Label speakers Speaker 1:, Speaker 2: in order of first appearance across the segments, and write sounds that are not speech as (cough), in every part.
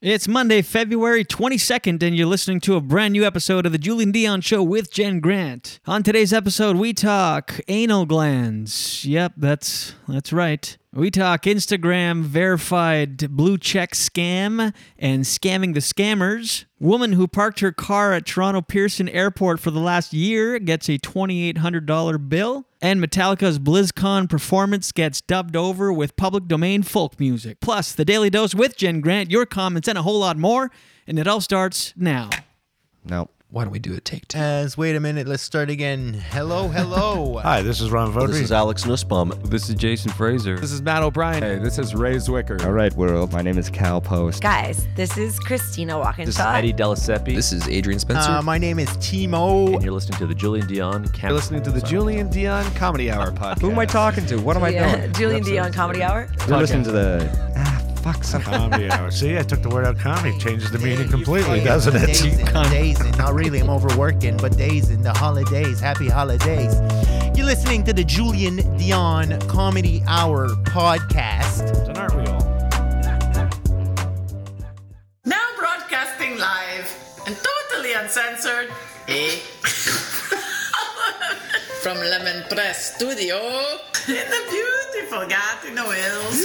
Speaker 1: It's Monday, February 22nd, and you're listening to a brand new episode of The Julian Dion Show with Jen Grant. On today's episode, we talk anal glands. Yep, that's that's right. We talk Instagram verified blue check scam and scamming the scammers. Woman who parked her car at Toronto Pearson Airport for the last year gets a $2,800 bill. And Metallica's BlizzCon performance gets dubbed over with public domain folk music. Plus, the Daily Dose with Jen Grant, your comments, and a whole lot more. And it all starts now.
Speaker 2: No.
Speaker 3: Why don't we do a take two?
Speaker 4: As wait a minute, let's start again. Hello, (laughs) hello.
Speaker 5: Hi, this is Ron Vodri.
Speaker 2: This is Alex Nussbaum.
Speaker 6: This is Jason Fraser.
Speaker 3: This is Matt O'Brien.
Speaker 7: Hey, this is Ray Zwicker.
Speaker 4: Uh,
Speaker 2: All right, world. My name is Cal Post.
Speaker 8: Guys, this is Christina Walkinshaw.
Speaker 9: This is Eddie Delaseppe.
Speaker 6: This is Adrian Spencer.
Speaker 4: Uh, my name is Timo.
Speaker 9: and you're listening to the Julian Dion Camp.
Speaker 5: You're listening to the Julian Dion Comedy Hour podcast.
Speaker 2: Who am I talking to? What am I
Speaker 8: Yeah,
Speaker 2: doing?
Speaker 8: Oh Julian Dion Comedy Hour.
Speaker 2: You're listening to the. Ah, fuck some.
Speaker 5: Comedy Hour. See, I took the word out comedy. Changes the meaning completely, doesn't it?
Speaker 4: Days and days and not really. I'm overworking, but days and the holidays. Happy holidays. You're listening to the Julian Dion Comedy Hour podcast.
Speaker 5: And aren't we all?
Speaker 10: Now broadcasting live and totally uncensored. Eh? (laughs) From Lemon Press Studio in the beautiful Gatineau Hills.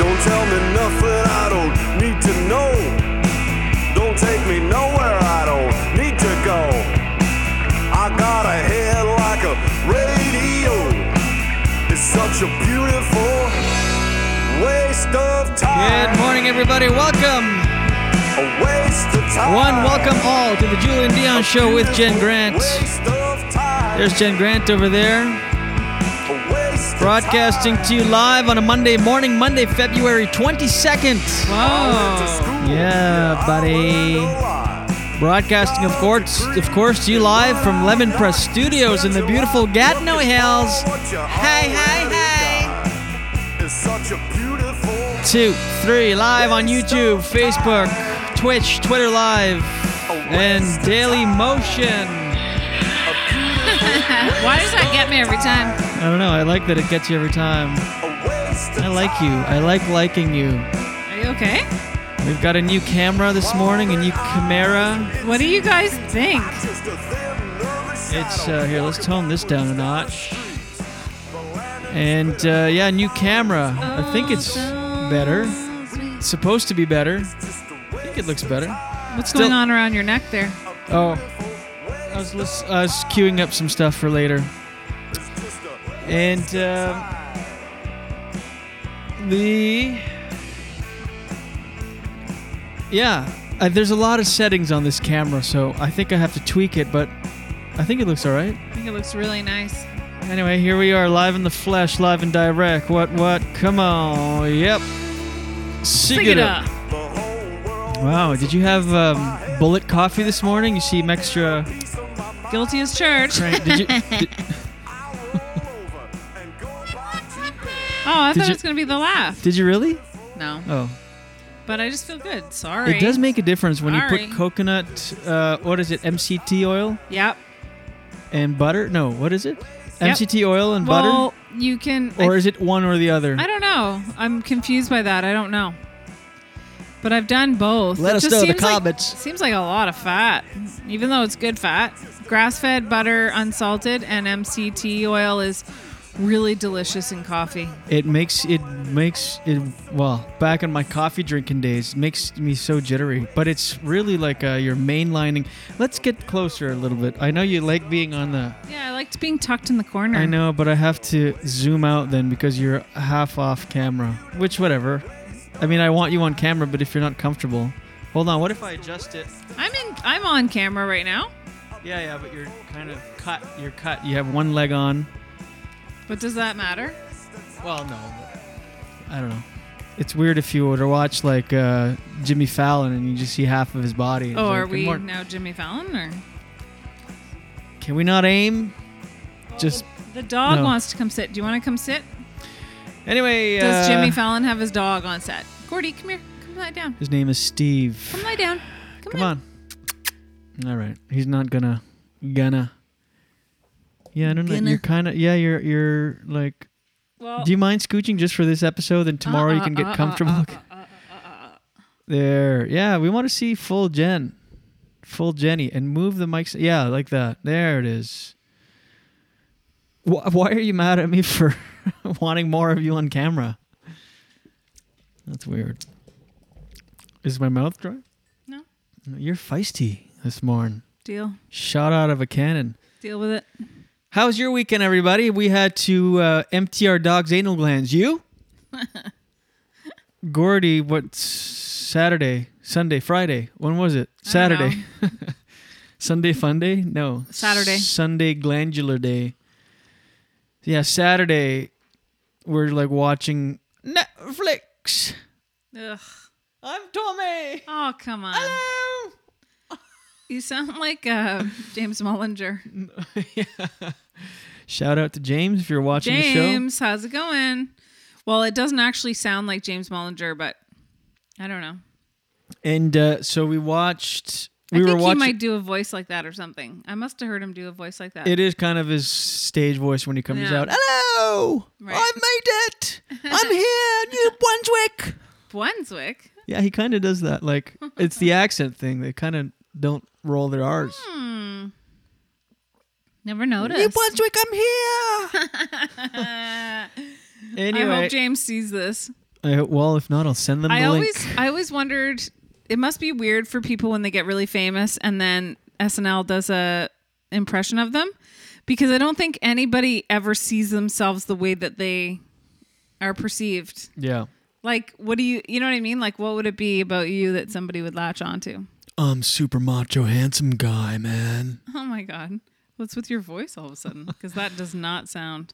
Speaker 7: Don't tell me nothing I don't need to know. Don't take me nowhere I don't need to go. I got a head like a radio. It's such a beautiful waste of time.
Speaker 1: Good morning, everybody. Welcome.
Speaker 7: A waste of time.
Speaker 1: One, welcome all to the Julian Dion Show with Jen Grant.
Speaker 7: Waste of time.
Speaker 1: There's Jen Grant over there.
Speaker 7: A waste of
Speaker 1: Broadcasting
Speaker 7: time.
Speaker 1: to you live on a Monday morning, Monday, February 22nd.
Speaker 11: Wow.
Speaker 1: Oh. Yeah, buddy. Broadcasting, of course, of course, to you live from Lemon Press Studios in the beautiful Gatineau Hills. Hey, hey, hey.
Speaker 7: It's such a beautiful
Speaker 1: Two, three, live on YouTube, Facebook, Twitch, Twitter Live, and Daily Motion.
Speaker 11: Why does that get me every time?
Speaker 1: I don't know. I like that it gets you every time. I like you. I like liking you.
Speaker 11: Are you okay?
Speaker 1: We've got a new camera this morning, a new camera.
Speaker 11: What do you guys think?
Speaker 1: It's uh, here. Let's tone this down a notch. And uh, yeah, new camera. I think it's better. It's supposed to be better. I think it looks better.
Speaker 11: What's
Speaker 1: Still-
Speaker 11: going on around your neck there?
Speaker 1: Oh, I was, lis- I was queuing up some stuff for later. And uh, the yeah, uh, there's a lot of settings on this camera, so I think I have to tweak it. But I think it looks all right.
Speaker 11: I think it looks really nice.
Speaker 1: Anyway, here we are, live in the flesh, live and direct. What, what? Come on. Yep. Sig
Speaker 11: Pick it up.
Speaker 1: Wow, did you have um, bullet coffee this morning? You seem extra.
Speaker 11: Guilty as church. Oh,
Speaker 1: Did
Speaker 12: (laughs)
Speaker 1: you, did,
Speaker 11: I
Speaker 1: Did
Speaker 11: thought
Speaker 1: you-
Speaker 11: Oh, it was going to be the laugh.
Speaker 1: did you really?
Speaker 12: now.
Speaker 1: Oh.
Speaker 12: But I just feel good. Sorry.
Speaker 1: It does make a difference when you
Speaker 12: Sorry.
Speaker 1: put coconut, uh, what is it, MCT oil
Speaker 12: Yep.
Speaker 1: and butter? No, what is it?
Speaker 12: Yep.
Speaker 1: MCT oil and
Speaker 12: Well,
Speaker 1: butter?
Speaker 12: you can.
Speaker 1: Or is it one or the other?
Speaker 12: I don't know. I'm confused by that. I don't know. But I've done both.
Speaker 1: Let
Speaker 12: It
Speaker 1: us
Speaker 12: just
Speaker 1: know in the
Speaker 12: seems like-
Speaker 1: comments.
Speaker 12: seems like a lot of fat, even though it's good fat. Grass fed butter, unsalted, and MCT oil is really delicious in coffee.
Speaker 1: It makes it makes it well. Back in my coffee drinking days, it makes me so jittery. But it's really like uh, you're mainlining. Let's get closer a little bit. I know you like being on the.
Speaker 12: Yeah, I liked being tucked in the corner.
Speaker 1: I know, but I have to zoom out then because you're half off camera. Which whatever. I mean, I want you on camera, but if you're not comfortable, hold on. What if I adjust it?
Speaker 12: I'm in. I'm on camera right now.
Speaker 1: Yeah, yeah, but you're kind of cut. You're cut. You have one leg on.
Speaker 12: But does that matter?
Speaker 1: Well, no. I don't know. It's weird if you were to watch like uh, Jimmy Fallon and you just see half of his body. It's
Speaker 12: Oh,
Speaker 1: like,
Speaker 12: are
Speaker 1: "Good
Speaker 12: we
Speaker 1: morning."
Speaker 12: now Jimmy Fallon or
Speaker 1: Can we not aim? Just
Speaker 12: the dog
Speaker 1: No.
Speaker 12: wants to come sit? Do you want to come sit?
Speaker 1: anyway.
Speaker 12: Does
Speaker 1: uh,
Speaker 12: Jimmy Fallon have his dog on set? Gordy, come here. Come lie down.
Speaker 1: His name is Steve.
Speaker 12: Come lie down. Come,
Speaker 1: Come on. All right. He's not gonna gonna. Yeah, I don't know.
Speaker 12: Gonna.
Speaker 1: You're kind of yeah. You're you're like.
Speaker 12: Well-
Speaker 1: do you mind scooching just for this episode? And tomorrow you
Speaker 12: uh,
Speaker 1: can get
Speaker 12: uh, uh,
Speaker 1: comfortable. (laughs)
Speaker 12: uh,
Speaker 1: There. Yeah, we want to see full Jen, full Jenny, and move the mics. Yeah, like that. There it is. Wh- Why are you mad at me for (laughs) wanting more of you on camera? That's weird. Is my mouth dry?
Speaker 12: No.
Speaker 1: You're feisty this morning.
Speaker 12: Deal.
Speaker 1: Shot out of a cannon.
Speaker 12: Deal with it.
Speaker 1: How's your weekend, everybody? We had to uh, empty our dog's anal glands.
Speaker 12: (laughs)
Speaker 1: You? Gordy, what? Saturday, Sunday, Friday. When was it? Saturday. (laughs) Sunday fun day? No.
Speaker 12: Saturday.
Speaker 1: Sunday glandular day. Yeah, Saturday. We're like watching Netflix.
Speaker 12: Ugh.
Speaker 1: I'm Tommy.
Speaker 12: Oh, come on. Hello. You sound like uh,
Speaker 1: (laughs)
Speaker 12: James Mullinger.
Speaker 1: Shout out to James if you're watching the
Speaker 12: James, how's it going? Well, it doesn't actually sound like James Mullinger, but I don't know.
Speaker 1: show. And uh, so we watched. We
Speaker 12: I
Speaker 1: were
Speaker 12: think he
Speaker 1: watching.
Speaker 12: might do a voice like that or something. I must have heard him do a voice like that.
Speaker 1: It is kind of his stage voice when he comes
Speaker 12: Yeah.
Speaker 1: out. Hello, I've made it. I'm
Speaker 12: (laughs)
Speaker 1: here, New Brunswick.
Speaker 12: Brunswick.
Speaker 1: Yeah, he kind of does that. Like it's the accent thing. They kind of don't roll their R's.
Speaker 12: Hmm. Never noticed.
Speaker 1: Brunswick, I'm
Speaker 12: (laughs)
Speaker 1: here.
Speaker 12: I
Speaker 1: Anyway.
Speaker 12: hope James sees this.
Speaker 1: Uh, well, if not, I'll send them the
Speaker 12: I
Speaker 1: link.
Speaker 12: always, I always wondered. It must be weird for people when they get really famous and then SNL does a impression of them, because I don't think anybody ever sees themselves the way that they are perceived.
Speaker 1: yeah,
Speaker 12: Like, what do you, you know what I mean? Like, what would it be about you that somebody would latch onto?
Speaker 1: I'm super macho, handsome guy, man.
Speaker 12: Oh my god, what's with your voice all of a sudden? Because that does not sound.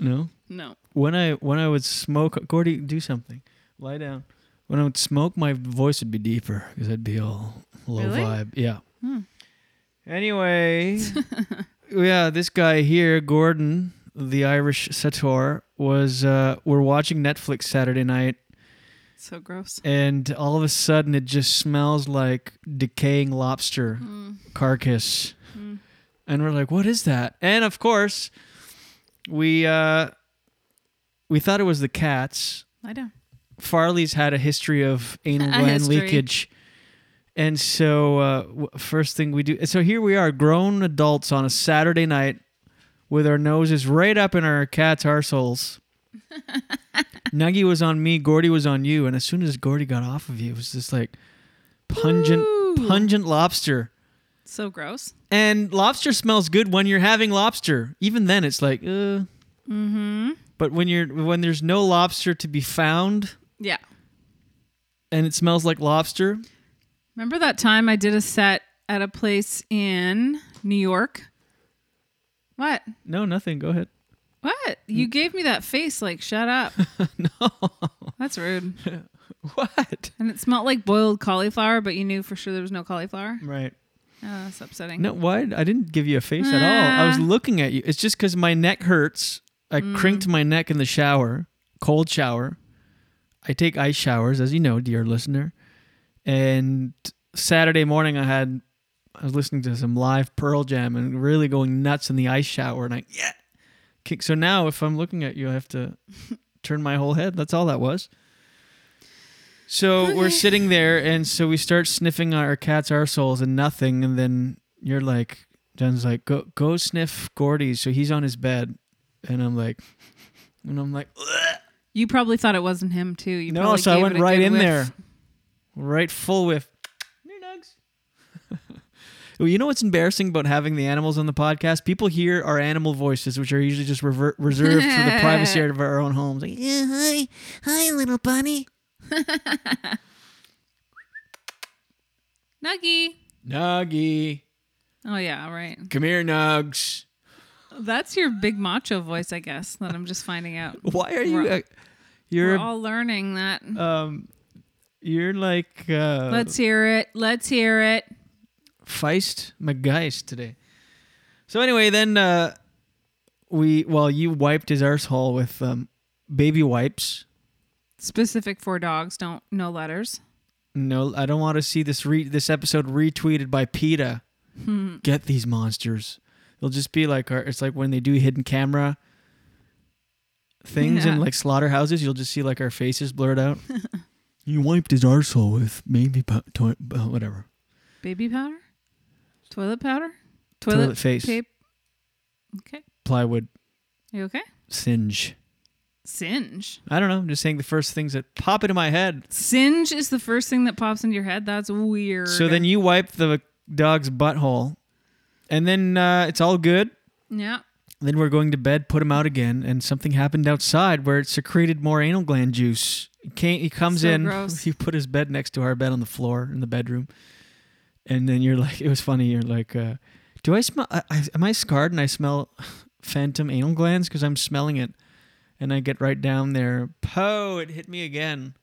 Speaker 1: No,
Speaker 12: No.
Speaker 1: When I when I would smoke, Gordy, do something. Lie down. When I would smoke, my voice would be deeper because I'd be all low
Speaker 12: Really?
Speaker 1: vibe. Yeah.
Speaker 12: Hmm. (laughs)
Speaker 1: Anyway, yeah, this guy here, Gordon, the Irish satyr, was uh we're watching Netflix Saturday night
Speaker 12: So gross.
Speaker 1: and all of a sudden it just smells like decaying lobster
Speaker 12: Mm.
Speaker 1: carcass.
Speaker 12: Mm.
Speaker 1: And we're like, "What is that?" And of course, we uh we thought it was the cats.
Speaker 12: I don't.
Speaker 1: Farley's had a history of anal
Speaker 12: (laughs) A
Speaker 1: gland
Speaker 12: history.
Speaker 1: leakage. And so, uh, w- first thing we do, so here we are, grown adults on a Saturday night with our noses right up in our cat's
Speaker 12: (laughs)
Speaker 1: arseholes. Nuggy was on me, Gordy was on you. And as soon as Gordy got off of you, it was just like pungent, pungent lobster.
Speaker 12: So gross.
Speaker 1: And lobster smells good when you're having lobster. Even then, it's like, uh.
Speaker 12: Mm-hmm.
Speaker 1: But when you're when there's no lobster to be found,
Speaker 12: Yeah.
Speaker 1: and it smells like lobster.
Speaker 12: Remember that time I did a set at a place in New York? What?
Speaker 1: No, nothing. Go ahead.
Speaker 12: What? You
Speaker 1: Mm.
Speaker 12: gave me that face like shut up. no. That's rude.
Speaker 1: (laughs) what?
Speaker 12: And it smelled like boiled cauliflower, but you knew for sure there was no cauliflower.
Speaker 1: Right.
Speaker 12: Oh, that's upsetting.
Speaker 1: No, why? I didn't give you a face at all. I was
Speaker 12: Ah.
Speaker 1: looking at you. It's just because my neck hurts. I crinked my neck in the shower, cold shower. I take ice showers, as you know, dear listener. And Saturday morning, I had I was listening to some live Pearl Jam and really going nuts in the ice shower, and I yeah. Kick. So now, if I'm looking at you, I have to turn my whole head. That's all that was. So we're sitting there, and so we start sniffing our cat's arseholes and nothing, and then you're like, Jen's like, go go sniff Gordy's. So he's on his bed, and I'm like, (laughs) and I'm like,
Speaker 12: You probably thought it wasn't him too. You
Speaker 1: no.
Speaker 12: probably
Speaker 1: So I
Speaker 12: gave
Speaker 1: went
Speaker 12: it a
Speaker 1: right
Speaker 12: good
Speaker 1: in
Speaker 12: whiff.
Speaker 1: there, right full whiff. New nugs. (laughs) Well, you know what's embarrassing about having the animals on the podcast? People hear our animal voices, which are usually just rever- reserved for the
Speaker 12: (laughs)
Speaker 1: privacy of our own homes. Like, "Yeah, hi, hi, little bunny.
Speaker 12: Nuggy.
Speaker 1: Nuggy,
Speaker 12: Oh yeah, all right.
Speaker 1: come here, Nugs.
Speaker 12: That's your big macho voice, I guess. That I'm just
Speaker 1: (laughs)
Speaker 12: finding out.
Speaker 1: Why are you?
Speaker 12: We're,
Speaker 1: uh, you're
Speaker 12: we're all learning that.
Speaker 1: um, you're like uh,
Speaker 12: Let's hear it. Let's hear it.
Speaker 1: Feist McGeist today. So anyway, then uh, we well, you wiped his arsehole with um, baby wipes.
Speaker 12: Specific for dogs. Don't no letters.
Speaker 1: No, I don't want to see this re- this episode retweeted by PETA.
Speaker 12: Hmm.
Speaker 1: Get these monsters. They'll just be like our, it's like when they do hidden camera things in
Speaker 12: Yeah.
Speaker 1: like slaughterhouses. You'll just see like our faces blurred
Speaker 12: (laughs)
Speaker 1: out. you wiped his arsehole with baby po- to- uh, whatever.
Speaker 12: Baby powder. Toilet powder.
Speaker 1: Toilet face.
Speaker 12: Paper. Okay.
Speaker 1: plywood
Speaker 12: You okay?
Speaker 1: singe.
Speaker 12: Singe.
Speaker 1: I don't know. I'm just saying the first things that pop into my head.
Speaker 12: Singe is the first thing that pops into your head. That's weird.
Speaker 1: So then you wipe the dog's butthole, and then uh, it's all good.
Speaker 12: Yeah.
Speaker 1: Then we're going to bed, put him out again, and something happened outside where it secreted more anal gland juice. He, came, he comes
Speaker 12: So
Speaker 1: in,
Speaker 12: gross.
Speaker 1: he put his bed next to our bed on the floor in the bedroom, and then you're like, (laughs) it was funny. You're like, uh, do I smell? I, I, am I scarred and I smell (laughs) phantom anal glands because I'm smelling it, and I get right down there. Po! It hit me again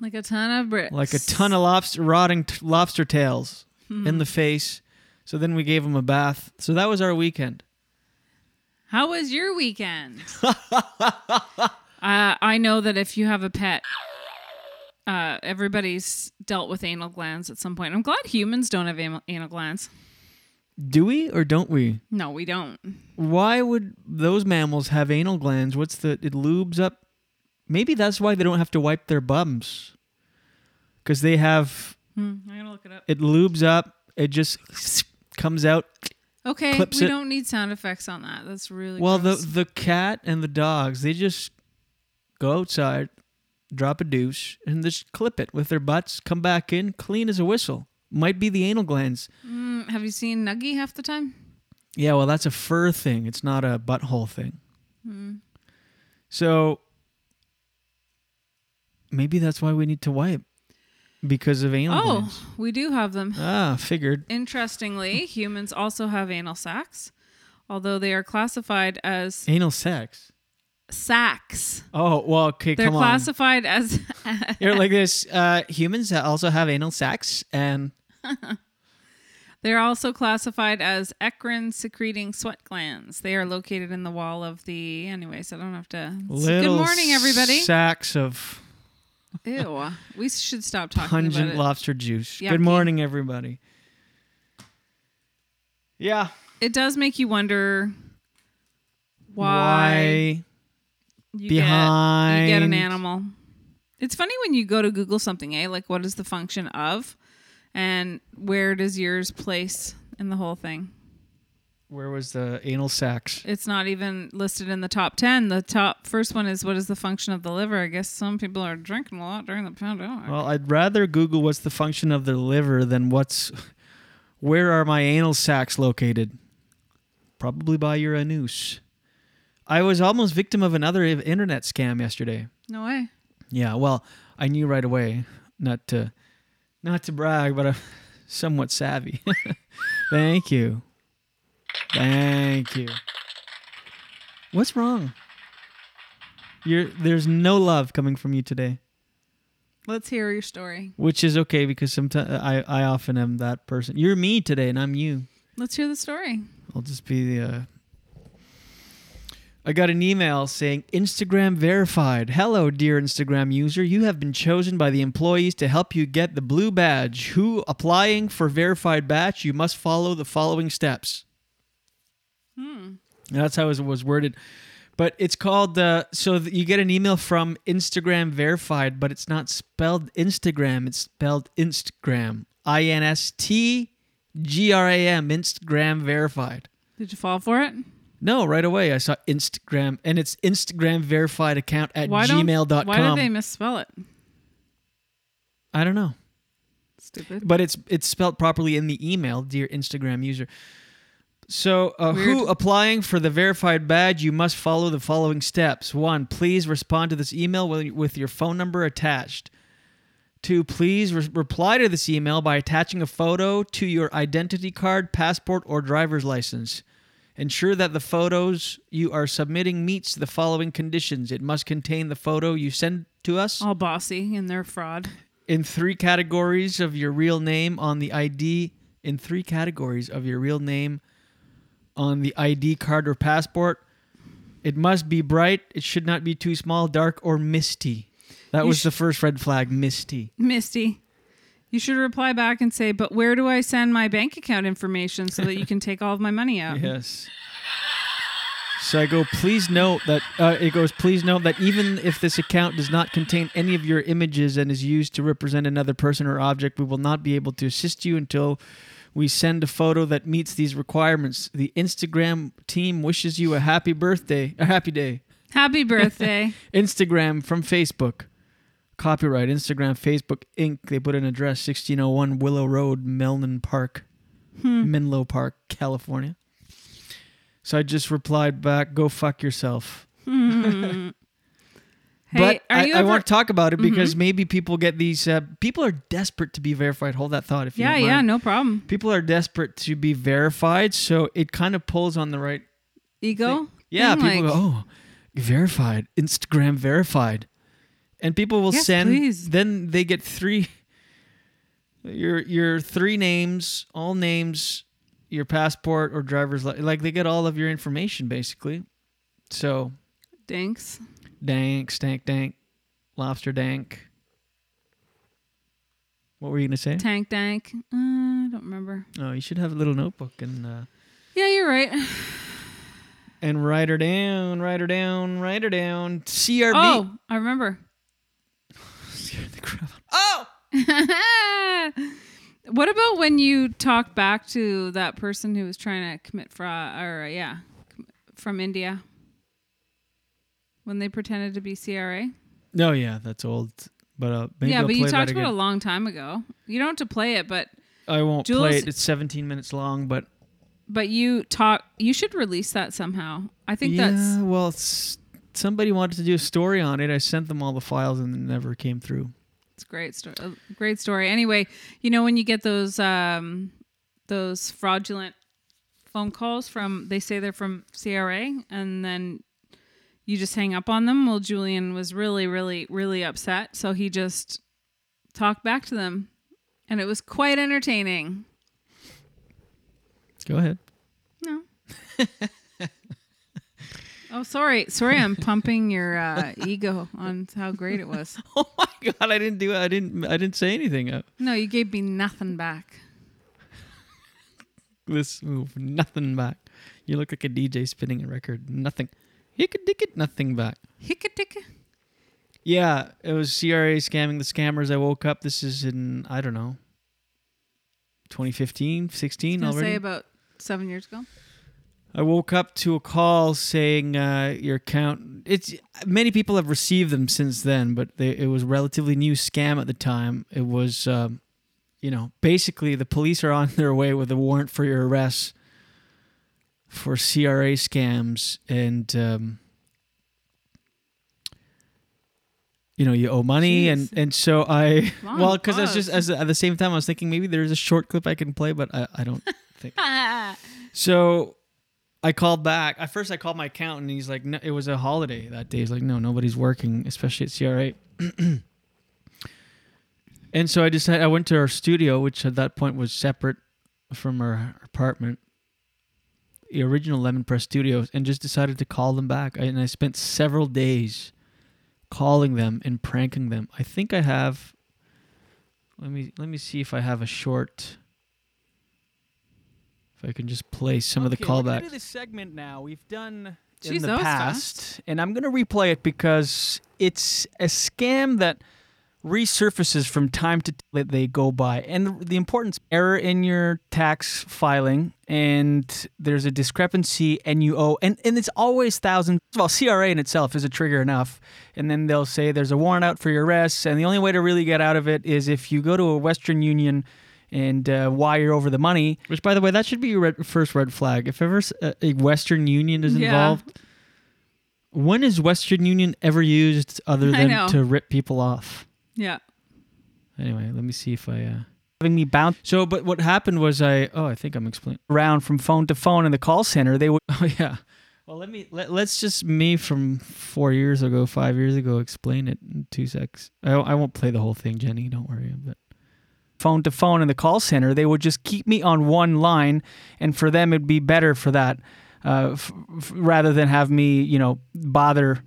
Speaker 12: Like a ton of bricks.
Speaker 1: like a ton of lobster rotting t- lobster tails in the face. So then we gave him a bath. So that was our weekend.
Speaker 12: How was
Speaker 1: (laughs)
Speaker 12: your weekend? uh, I know that if you have a pet, uh, everybody's dealt with anal glands at some point. I'm glad humans don't have anal, anal glands.
Speaker 1: Do we or don't we?
Speaker 12: No, we don't.
Speaker 1: Why would those mammals have anal glands? What's the it lubes up? Maybe that's why they don't have to wipe their bums. Cuz they have
Speaker 12: Hmm, I'm gonna look it up.
Speaker 1: it lubes up. It just comes out.
Speaker 12: Okay,
Speaker 1: clips
Speaker 12: we
Speaker 1: it.
Speaker 12: don't need sound effects on that. That's really
Speaker 1: Well, the
Speaker 12: gross.
Speaker 1: the cat and the dogs, they just go outside, drop a douche, and just clip it with their butts. Come back in, clean as a whistle. Might be the anal glands.
Speaker 12: Mm, have you seen Nuggy half the time?
Speaker 1: Yeah, well, that's a fur thing. It's not a butthole thing.
Speaker 12: Mm.
Speaker 1: So maybe that's why we need to wipe because of anal
Speaker 12: Oh,
Speaker 1: glands.
Speaker 12: we do have them.
Speaker 1: Ah, figured.
Speaker 12: Interestingly, humans also have anal sacs, although they are classified as
Speaker 1: Anal sex.
Speaker 12: sacs.
Speaker 1: Oh well, okay,
Speaker 12: They're
Speaker 1: come
Speaker 12: classified as (laughs)
Speaker 1: on. You're like this. Uh, humans also have anal sex, and
Speaker 12: They're also classified as eccrine secreting sweat glands. They are located in the wall of the. Anyways, I don't have to.
Speaker 1: little
Speaker 12: Good morning, everybody.
Speaker 1: Sacks of
Speaker 12: Ew. We should stop talking
Speaker 1: pungent
Speaker 12: about it.
Speaker 1: lobster juice.
Speaker 12: Yucky.
Speaker 1: Good morning, everybody. Yeah.
Speaker 12: It does make you wonder why,
Speaker 1: Why?
Speaker 12: you, Get, you get an
Speaker 1: behind-
Speaker 12: animal. It's funny when you go to Google something, eh? Like, what is the function of, and where does yours place in the whole thing?
Speaker 1: Where was the anal sacs?
Speaker 12: It's not even listed in the top 10. The top first one is what is the function of the liver? I guess some people are drinking a lot during the pandemic.
Speaker 1: Well, I'd rather Google what's the function of the liver than what's where are my anal sacs located? Probably by your anus. I was almost victim of another i- internet scam yesterday.
Speaker 12: no way.
Speaker 1: Yeah, well, I knew right away not to not to brag, but I'm (laughs) somewhat savvy. (laughs) Thank you. Thank you. What's wrong? You're, there's no love coming from you today,
Speaker 12: Let's hear your story.
Speaker 1: which is okay because sometimes I, I often am that person. You're me today, and I'm you.
Speaker 12: Let's hear the story.
Speaker 1: I'll just be the. Uh, I got an email saying Instagram verified. Hello, dear Instagram user. You have been chosen by the employees to help you get the blue badge. Who applying for verified badge? You must follow the following steps.
Speaker 12: Hmm.
Speaker 1: And That's how it was worded. But it's called, uh, so that you get an email from Instagram verified, but it's not spelled Instagram. It's spelled Instagram. I N S T G R A M, Instagram verified.
Speaker 12: Did you fall for it?
Speaker 1: No, right away I saw Instagram, and it's Instagram verified account at
Speaker 12: Why don't-
Speaker 1: gmail.com.
Speaker 12: Why did they misspell it?
Speaker 1: I don't know.
Speaker 12: Stupid.
Speaker 1: But it's it's spelled properly in the email, dear Instagram user. So, uh, who
Speaker 12: Weird.
Speaker 1: applying for the verified badge? You must follow the following steps. One, please respond to this email with, with your phone number attached. Two, please re- reply to this email by attaching a photo to your identity card, passport, or driver's license. Ensure that the photos you are submitting meets the following conditions. It must contain the photo you send to us
Speaker 12: All bossy and they're fraud.
Speaker 1: in three categories of your real name on the ID in three categories of your real name on the ID card or passport. It must be bright. It should not be too small, dark, or misty. That
Speaker 12: You
Speaker 1: was
Speaker 12: sh-
Speaker 1: the first red flag, misty.
Speaker 12: Misty, you should reply back and say, but where do I send my bank account information so that you can take all of my money out?
Speaker 1: Yes. So I go, please note that uh, it goes, please note that even if this account does not contain any of your images and is used to represent another person or object, we will not be able to assist you until we send a photo that meets these requirements. The Instagram team wishes you a happy birthday, a happy day. (laughs)
Speaker 12: Happy birthday.
Speaker 1: Instagram from Facebook. Copyright Instagram, Facebook Inc. They put an address 1601 Willow Road, Melon Park,
Speaker 12: Hmm.
Speaker 1: Menlo Park, California. So I just replied back, go fuck yourself.
Speaker 12: Hmm. Hey,
Speaker 1: but
Speaker 12: are
Speaker 1: I,
Speaker 12: you
Speaker 1: I
Speaker 12: ever-
Speaker 1: want to talk about it because
Speaker 12: Mhm.
Speaker 1: maybe people get these. Uh, people are desperate to be verified. Hold that thought if you
Speaker 12: Yeah,
Speaker 1: don't
Speaker 12: yeah,
Speaker 1: mind.
Speaker 12: no problem.
Speaker 1: People are desperate to be verified, so it kind of pulls on the right
Speaker 12: Ego?
Speaker 1: yeah,
Speaker 12: Thing,
Speaker 1: people go, oh,
Speaker 12: like-
Speaker 1: verified, Instagram verified. And people will
Speaker 12: Yes,
Speaker 1: send,
Speaker 12: please.
Speaker 1: then they get three, your your three names, all names, your passport or driver's li- like they get all of your information basically. So,
Speaker 12: Dinks.
Speaker 1: dank, stank, dank, lobster dank. What were you gonna say?
Speaker 12: Tank dank. Uh, I don't remember.
Speaker 1: Oh, you should have a little notebook and uh,
Speaker 12: Yeah,
Speaker 1: (laughs)
Speaker 12: you're right.
Speaker 1: and write her down, write her down, write her down. CRB. (laughs)
Speaker 12: Oh, I remember. (laughs) Oh! what about when you talk back to that person who was trying to commit fraud or, uh, yeah, com- from India? When they pretended to be CRA?
Speaker 1: No, Oh, yeah, that's old. But uh, maybe
Speaker 12: yeah,
Speaker 1: I'll
Speaker 12: but you
Speaker 1: play
Speaker 12: talked
Speaker 1: that
Speaker 12: about it a
Speaker 1: again.
Speaker 12: long time ago. You don't have to play it, but
Speaker 1: I won't play
Speaker 12: Jules-
Speaker 1: it. It's 17 minutes long, but
Speaker 12: but you talk. You should release that somehow. I think
Speaker 1: yeah.
Speaker 12: that's
Speaker 1: well, it's, somebody wanted to do a story on it. I sent them all the files and it never came through.
Speaker 12: It's a great story. a Great story. Anyway, you know when you get those um, those fraudulent phone calls from they say they're from CRA and then you just hang up on them. Well, Julian was really really really upset, so he just talked back to them and it was quite entertaining.
Speaker 1: Go (laughs) ahead.
Speaker 12: No. (laughs) oh, sorry. Sorry I'm pumping your uh, ego on how great it was.
Speaker 1: Oh God, I didn't do. I didn't. I didn't say anything. Uh,
Speaker 12: No, you gave me nothing back.
Speaker 1: This move, nothing back. You look like a DJ spinning a record. Nothing. You could dick it. Nothing back.
Speaker 12: Hickatick.
Speaker 1: Yeah, it was CRA scamming the scammers. I woke up. This is in I don't know. 2015, 16
Speaker 12: I'll
Speaker 1: already.
Speaker 12: say about seven years ago.
Speaker 1: I woke up to a call saying uh, your account. It's many people have received them since then, but they, it was a relatively new scam at the time. It was, um, you know, basically the police are on (laughs) their way with a warrant for your arrest for CRA scams, and um, you know you owe money, and and so I
Speaker 12: Long
Speaker 1: well because I was
Speaker 12: pause.
Speaker 1: just as at the same time I was thinking maybe there's a short clip I can play, but I, I don't think. So I called back. At first, I called my accountant. And he's like, no, it was a holiday that day. He's like, no, nobody's working, especially at CRA. and so I decided I went to our studio, which at that point was separate from our apartment. the original Lemon Press Studios and just decided to call them back. I, and I spent several days calling them and pranking them. I think I have. Let me let me see if I have a short. If I can just play some of the
Speaker 13: Okay, we're gonna
Speaker 1: callbacks
Speaker 13: do
Speaker 1: this segment now. We've done
Speaker 13: Jeez,
Speaker 1: in the
Speaker 13: that was
Speaker 1: past, and I'm going to replay it because it's a scam that resurfaces from time to time that they go by. And the importance error in your tax filing and there's a discrepancy and you owe and, and it's always thousand well CRA in itself is a trigger enough. And then they'll say there's a warrant out for your arrest and the only way to really get out of it is if you go to a Western Union and uh, wire over the money. Which, by the way, that should be your red, first red flag. If ever s- a a Western Union is
Speaker 14: Yeah.
Speaker 1: involved, when is Western Union ever used other
Speaker 14: (laughs) I
Speaker 1: than
Speaker 14: know.
Speaker 1: to rip people off?
Speaker 14: Yeah.
Speaker 1: Anyway, let me see if I. Uh... Having me bound. So, but what happened was I. Oh, I think I'm explaining. Around from phone to phone in the call center, they would. (laughs) Oh yeah. Well, let me let, let's just me from four years ago, five years ago, explain it in two secs. I, I won't play the whole thing, Jenny. Don't worry. But phone to phone in the call center, they would just keep me on one line, and for them, it'd be better for that, uh, f- f- rather than have me, you know, bother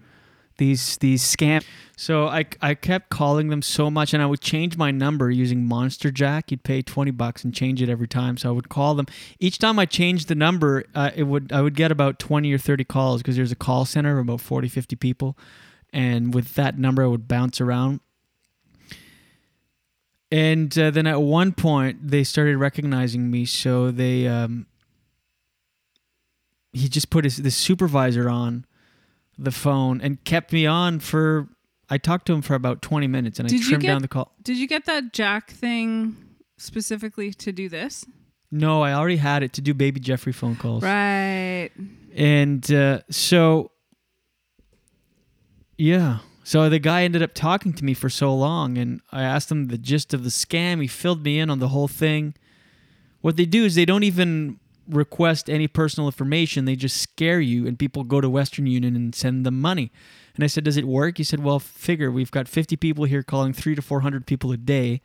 Speaker 1: these these scam. So I I kept calling them so much, and I would change my number using Monster Jack. You'd pay twenty bucks and change it every time. So I would call them each time I changed the number. Uh, it would I would get about twenty or thirty calls because there's a call center of about 40, 50 people, and with that number I would bounce around. And uh, then at one point they started recognizing me, so they um, he just put his this supervisor on the phone and kept me on for I talked to him for about 20 minutes and I trimmed down the call.
Speaker 14: Did you get that Jack thing specifically to do this?
Speaker 1: No, I already had it to do baby Jeffrey phone calls.
Speaker 14: Right.
Speaker 1: And uh, so, yeah. So the guy ended up talking to me for so long, and I asked him the gist of the scam. He filled me in on the whole thing. What they do is they don't even request any personal information, they just scare you, and people go to Western Union and send them money. And I said, Does it work? He said, Well, figure, we've got 50 people here calling three to 400 people a day.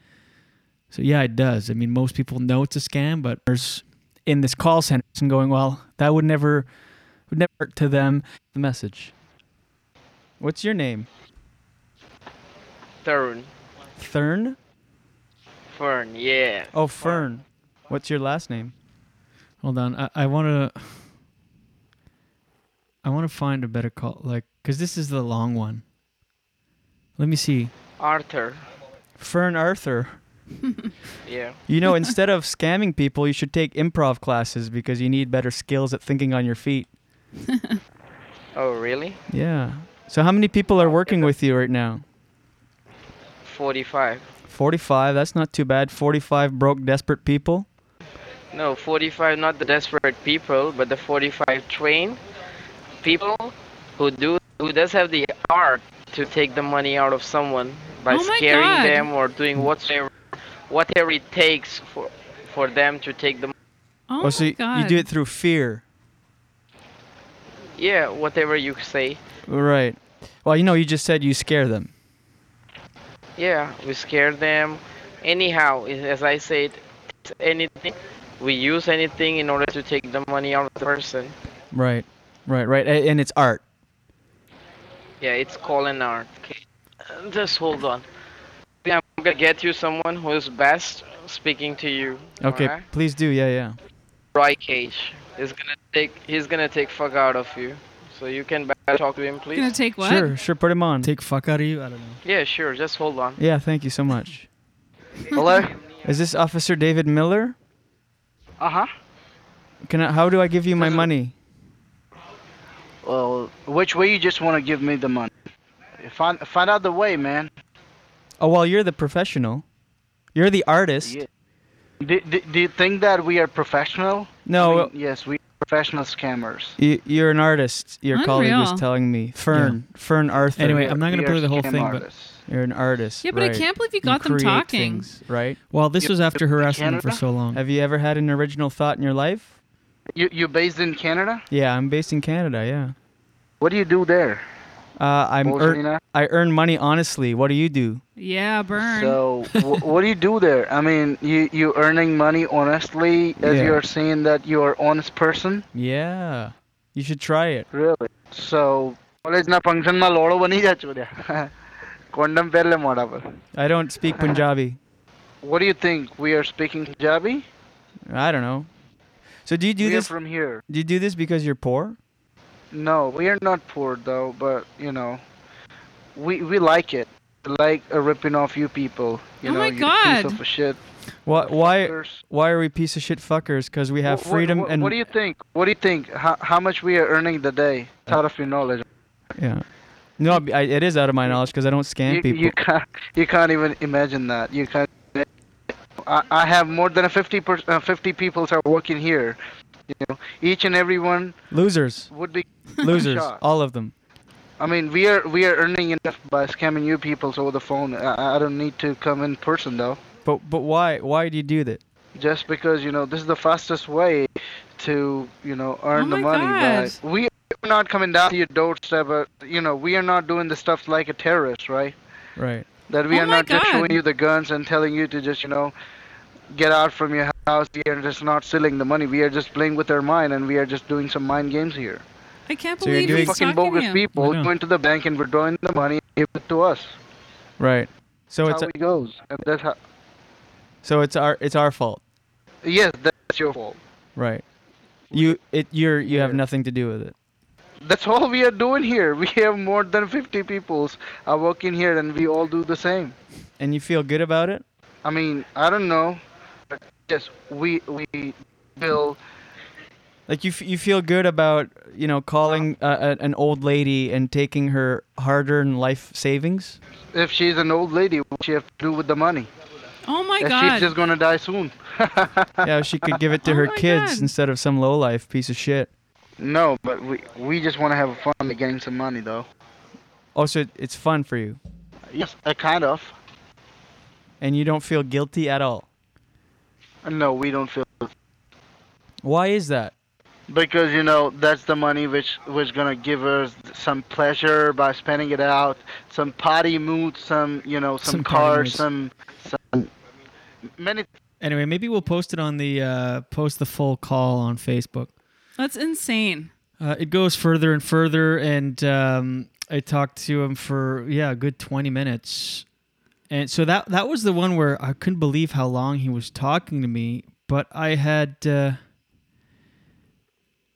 Speaker 1: So yeah, it does. I mean, most people know it's a scam, but there's in this call center and going, well, that would never would never hurt to them. The message. What's your name?
Speaker 15: Thorn.
Speaker 1: Thurn?
Speaker 15: Fern, yeah.
Speaker 1: Oh, Fern. What's your last name? Hold on. I, I want to I want to find a better call like cuz this is the long one. Let me see.
Speaker 15: Arthur.
Speaker 1: Fern Arthur.
Speaker 15: (laughs) Yeah.
Speaker 1: You know, instead of scamming people, you should take improv classes because you need better skills at thinking on your feet.
Speaker 15: Oh, really?
Speaker 1: Yeah. So how many people are working with you right now?
Speaker 15: 45.
Speaker 1: 45. That's not too bad. 45 broke, desperate people.
Speaker 15: No, 45, not the desperate people, but the 45 train people who do who does have the art to take the money out of someone by
Speaker 16: Oh my
Speaker 15: scaring
Speaker 16: God.
Speaker 15: them or doing whatever whatever it takes for for them to take the money.
Speaker 14: Oh,
Speaker 1: so y- you do it through fear.
Speaker 15: Yeah, whatever you say.
Speaker 1: Right. Well, you know, you just said you scare them.
Speaker 15: Yeah, we scare them. Anyhow, i- as I said, it's anything we use anything in order to take the money out of the person.
Speaker 1: Right. Right, right. A- And it's art.
Speaker 15: Yeah, it's Colin Art. Okay. Uh, Just hold on. Yeah, I'm gonna get you someone who is best speaking to you.
Speaker 1: Okay,
Speaker 15: alright?
Speaker 1: please do. Yeah, yeah.
Speaker 15: Roy Cage is gonna take. He's gonna take fuck out of you. So you can ba- talk to him, please.
Speaker 1: Sure, sure. Put him on. Take fuck out of you. I don't know.
Speaker 15: Yeah, sure. Just hold on.
Speaker 1: Yeah, thank you so much.
Speaker 15: Hello.
Speaker 1: Is this Officer David Miller?
Speaker 15: Uh huh.
Speaker 1: Can I, how do I give you my
Speaker 12: Doesn't-
Speaker 1: money?
Speaker 12: Well, which way you just want to give me the money? Find find out the way, man.
Speaker 1: Oh, well, you're the professional. You're the artist.
Speaker 12: Yeah. Do, do, do you think that we are professional?
Speaker 1: No.
Speaker 12: I mean, yes, we are professional scammers.
Speaker 1: You, you're an artist. Your colleague
Speaker 12: Unreal.
Speaker 1: was telling me. Fern. Fern Arthur.
Speaker 12: Anyway, I'm not
Speaker 1: to
Speaker 12: gonna We play are the whole scam thing, but-
Speaker 1: but you're an artist.
Speaker 14: Yeah, but I
Speaker 1: right.
Speaker 14: can't believe you got them
Speaker 1: create
Speaker 14: talking.
Speaker 1: Things, right?
Speaker 12: Well, this Yep, was after yep, harassing them for Canada? so
Speaker 1: long. Have you ever had an original thought in your life?
Speaker 12: You you based in Canada?
Speaker 1: Yeah, I'm based in Canada, yeah.
Speaker 12: What do you do there?
Speaker 13: Uh, I'm
Speaker 12: What was your name?
Speaker 13: ear- I earn money honestly. What do you do?
Speaker 14: Yeah, burn.
Speaker 12: So, wh- what do you do there? I mean, you you earning money honestly as
Speaker 13: Yeah.
Speaker 12: you're saying that you're honest person.
Speaker 13: Yeah, you should try it.
Speaker 12: Really? So, કોલેજના ફંક્શનમાં લોડો બની જા ચોર્યા (laughs) condone પહેરલે મોઢા પર
Speaker 13: I don't
Speaker 12: (laughs)
Speaker 13: speak Punjabi.
Speaker 12: What do you think? We are speaking Punjabi?
Speaker 13: I don't know. So do you do
Speaker 12: we
Speaker 13: this?
Speaker 12: are from here.
Speaker 13: do you do this because you're poor?
Speaker 12: No, we are not poor though, but you know, we we like it. We Like uh, ripping off you people. You
Speaker 14: Oh
Speaker 12: know,
Speaker 14: my
Speaker 12: you
Speaker 14: God.
Speaker 12: piece of shit.
Speaker 13: Why why
Speaker 12: Fuckers.
Speaker 13: why are we piece of shit fuckers? Because we have
Speaker 12: Wh- wh-
Speaker 13: freedom
Speaker 12: wh-
Speaker 13: and
Speaker 12: What do you think? What do you think? How, how much we are earning the day? It's out of your knowledge.
Speaker 13: yeah. No, I, it is out of my knowledge because I don't scam
Speaker 12: You,
Speaker 13: people.
Speaker 12: you can't. You can't even imagine that. You can't. I, I have more than 50 per, uh, 50 people are working here. You know, each and every one (laughs)
Speaker 13: Losers,
Speaker 12: would be
Speaker 13: losers,
Speaker 12: shot.
Speaker 13: all of them.
Speaker 12: I mean, we are we are earning enough by scamming you people over the phone. I, I don't need to come in person though.
Speaker 13: But but why why do you do that?
Speaker 12: Just because you know this is the fastest way to you know earn the
Speaker 13: my
Speaker 12: money.
Speaker 13: God.
Speaker 12: But we are not coming down to your doorstep. But you know we are not doing the stuff like a terrorist, right?
Speaker 13: Right.
Speaker 12: That we
Speaker 13: Oh
Speaker 12: are
Speaker 13: my
Speaker 12: not just showing
Speaker 13: God.
Speaker 12: you the guns and telling you to just you know get out from your house. We are just not stealing the money. We are just playing with their mind and we are just doing some mind games here.
Speaker 14: I can't
Speaker 12: So
Speaker 14: believe
Speaker 12: you're doing
Speaker 14: he's
Speaker 12: fucking
Speaker 14: talking
Speaker 12: bogus
Speaker 14: to him.
Speaker 12: people going to the bank and withdrawing the money, give it to us.
Speaker 13: (laughs) Right. So
Speaker 12: that's
Speaker 13: it's
Speaker 12: how it goes. And that's how,
Speaker 13: so it's our it's our fault.
Speaker 12: yes, that's your fault.
Speaker 13: Right. You it you're you have nothing to do with it.
Speaker 12: That's all we are doing here. (laughs) We have more than 50 peoples are working here, and we all do the same.
Speaker 13: And you feel good about it?
Speaker 12: I mean, I don't know, but yes, we we will.
Speaker 13: Like you f- you feel good about you know calling uh, a, an old lady and taking her hard-earned life savings?
Speaker 12: If she's an old lady, what she have to do with the money?
Speaker 14: Oh my
Speaker 12: if
Speaker 14: God.
Speaker 12: she's just gonna die soon. (laughs)
Speaker 13: yeah, she could give it
Speaker 14: (laughs) Oh
Speaker 13: to her kids instead of some low-life piece of shit.
Speaker 12: No, but we we just want to have fun and gain some money, though.
Speaker 13: Oh, so it- it's fun for you,
Speaker 12: Yes, uh, kind of.
Speaker 13: and you don't feel guilty at all.
Speaker 12: No, we don't feel
Speaker 13: Why is that?
Speaker 12: because you know that's the money which was gonna give us some pleasure by spending it out, some party mood, some you know some,
Speaker 1: Some party
Speaker 12: cars,
Speaker 1: moods.
Speaker 12: some some many.
Speaker 1: Anyway, maybe we'll post it on the uh, post the full call on Facebook.
Speaker 14: That's insane.
Speaker 1: Uh, it goes further and further, and um, I talked to him for yeah, a good twenty minutes, and so that that was the one where I couldn't believe how long he was talking to me. But I had, uh,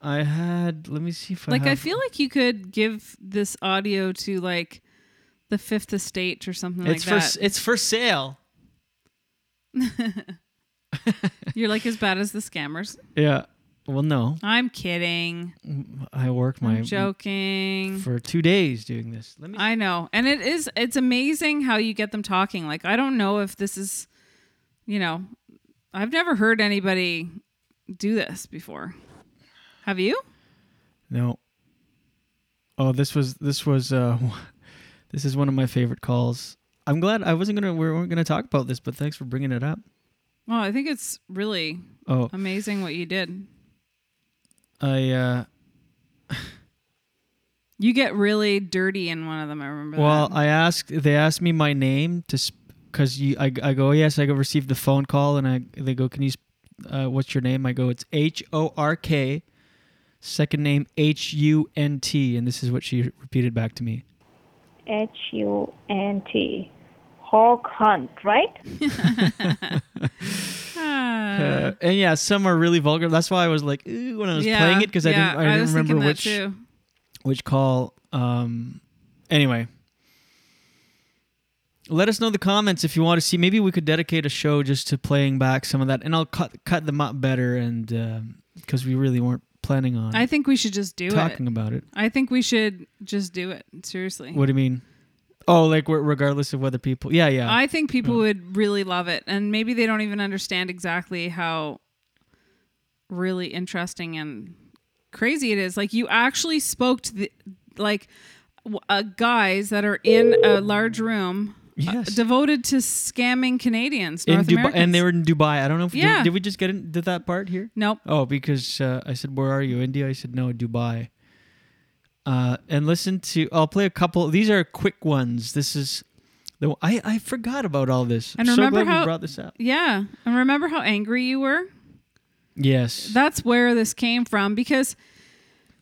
Speaker 1: I had. Let me see if I
Speaker 14: like I
Speaker 1: have-
Speaker 14: feel like you could give this audio to like the Fifth Estate or something
Speaker 1: it's for
Speaker 14: like
Speaker 1: s-
Speaker 14: that.
Speaker 1: it's for sale.
Speaker 14: You're like as bad as the scammers.
Speaker 1: Yeah. Well, no,
Speaker 14: I'm kidding.
Speaker 1: I worked my
Speaker 14: I'm joking.
Speaker 1: for two days doing this.
Speaker 14: I know. And it is it's amazing how you get them talking. Like I don't know if this is you know, I've never heard anybody do this before. Have you?
Speaker 1: No. Oh, this was this was uh (laughs) this is one of my favorite calls. I'm glad I wasn't gonna we weren't gonna talk about this, but thanks for bringing it up.
Speaker 14: Well, I think it's really
Speaker 1: Oh.
Speaker 14: amazing what you did.
Speaker 1: I uh
Speaker 14: You get really dirty in one of them. I remember
Speaker 1: well,
Speaker 14: that.
Speaker 1: I asked they asked me my name to because you I, I go "Oh, yes I go received the phone call and I they go can you sp- uh, what's your name I go it's H O R K second name H U N T and this is what she repeated back to me.
Speaker 16: H U N T. Hawk Hunt, right?
Speaker 1: Uh, and yeah, some are really vulgar. That's why I was like Ooh, when I was
Speaker 14: Yeah,
Speaker 1: playing it because I
Speaker 14: yeah,
Speaker 1: didn't I,
Speaker 14: was
Speaker 1: didn't
Speaker 14: thinking
Speaker 1: remember
Speaker 14: that
Speaker 1: which
Speaker 14: too.
Speaker 1: which call. Um, anyway, let us know in the comments if you want to see. Maybe we could dedicate a show just to playing back some of that, and I'll cut cut them up better, and because we really weren't planning on.
Speaker 14: I think we should just do it.
Speaker 1: talking about it.
Speaker 14: I think we should just do it. Seriously.
Speaker 1: What do you mean? Oh, like we're- regardless of whether people. Yeah, yeah.
Speaker 14: I uh, think people
Speaker 1: Yeah.
Speaker 14: would really love it, and maybe they don't even understand exactly how really interesting and crazy it is. Like you actually spoke to the like w- uh, guys that are in a large room. uh,
Speaker 1: Yes.
Speaker 14: devoted to scamming Canadians,
Speaker 1: in
Speaker 14: North
Speaker 1: Dubai,
Speaker 14: Americans.
Speaker 1: and they were in Dubai. I don't know if
Speaker 14: Yeah.
Speaker 1: did, did we just get into that part here?
Speaker 14: Nope.
Speaker 1: Oh, because uh, I said, "Where are you, India?" I said, "No, Dubai." uh, and listen to. I'll play a couple. These are quick ones. This is. The, I I forgot about all this. I'm
Speaker 14: And
Speaker 1: so
Speaker 14: remember
Speaker 1: glad
Speaker 14: how
Speaker 1: you brought this up.
Speaker 14: Yeah, and remember how angry you were.
Speaker 1: Yes.
Speaker 14: That's where this came from because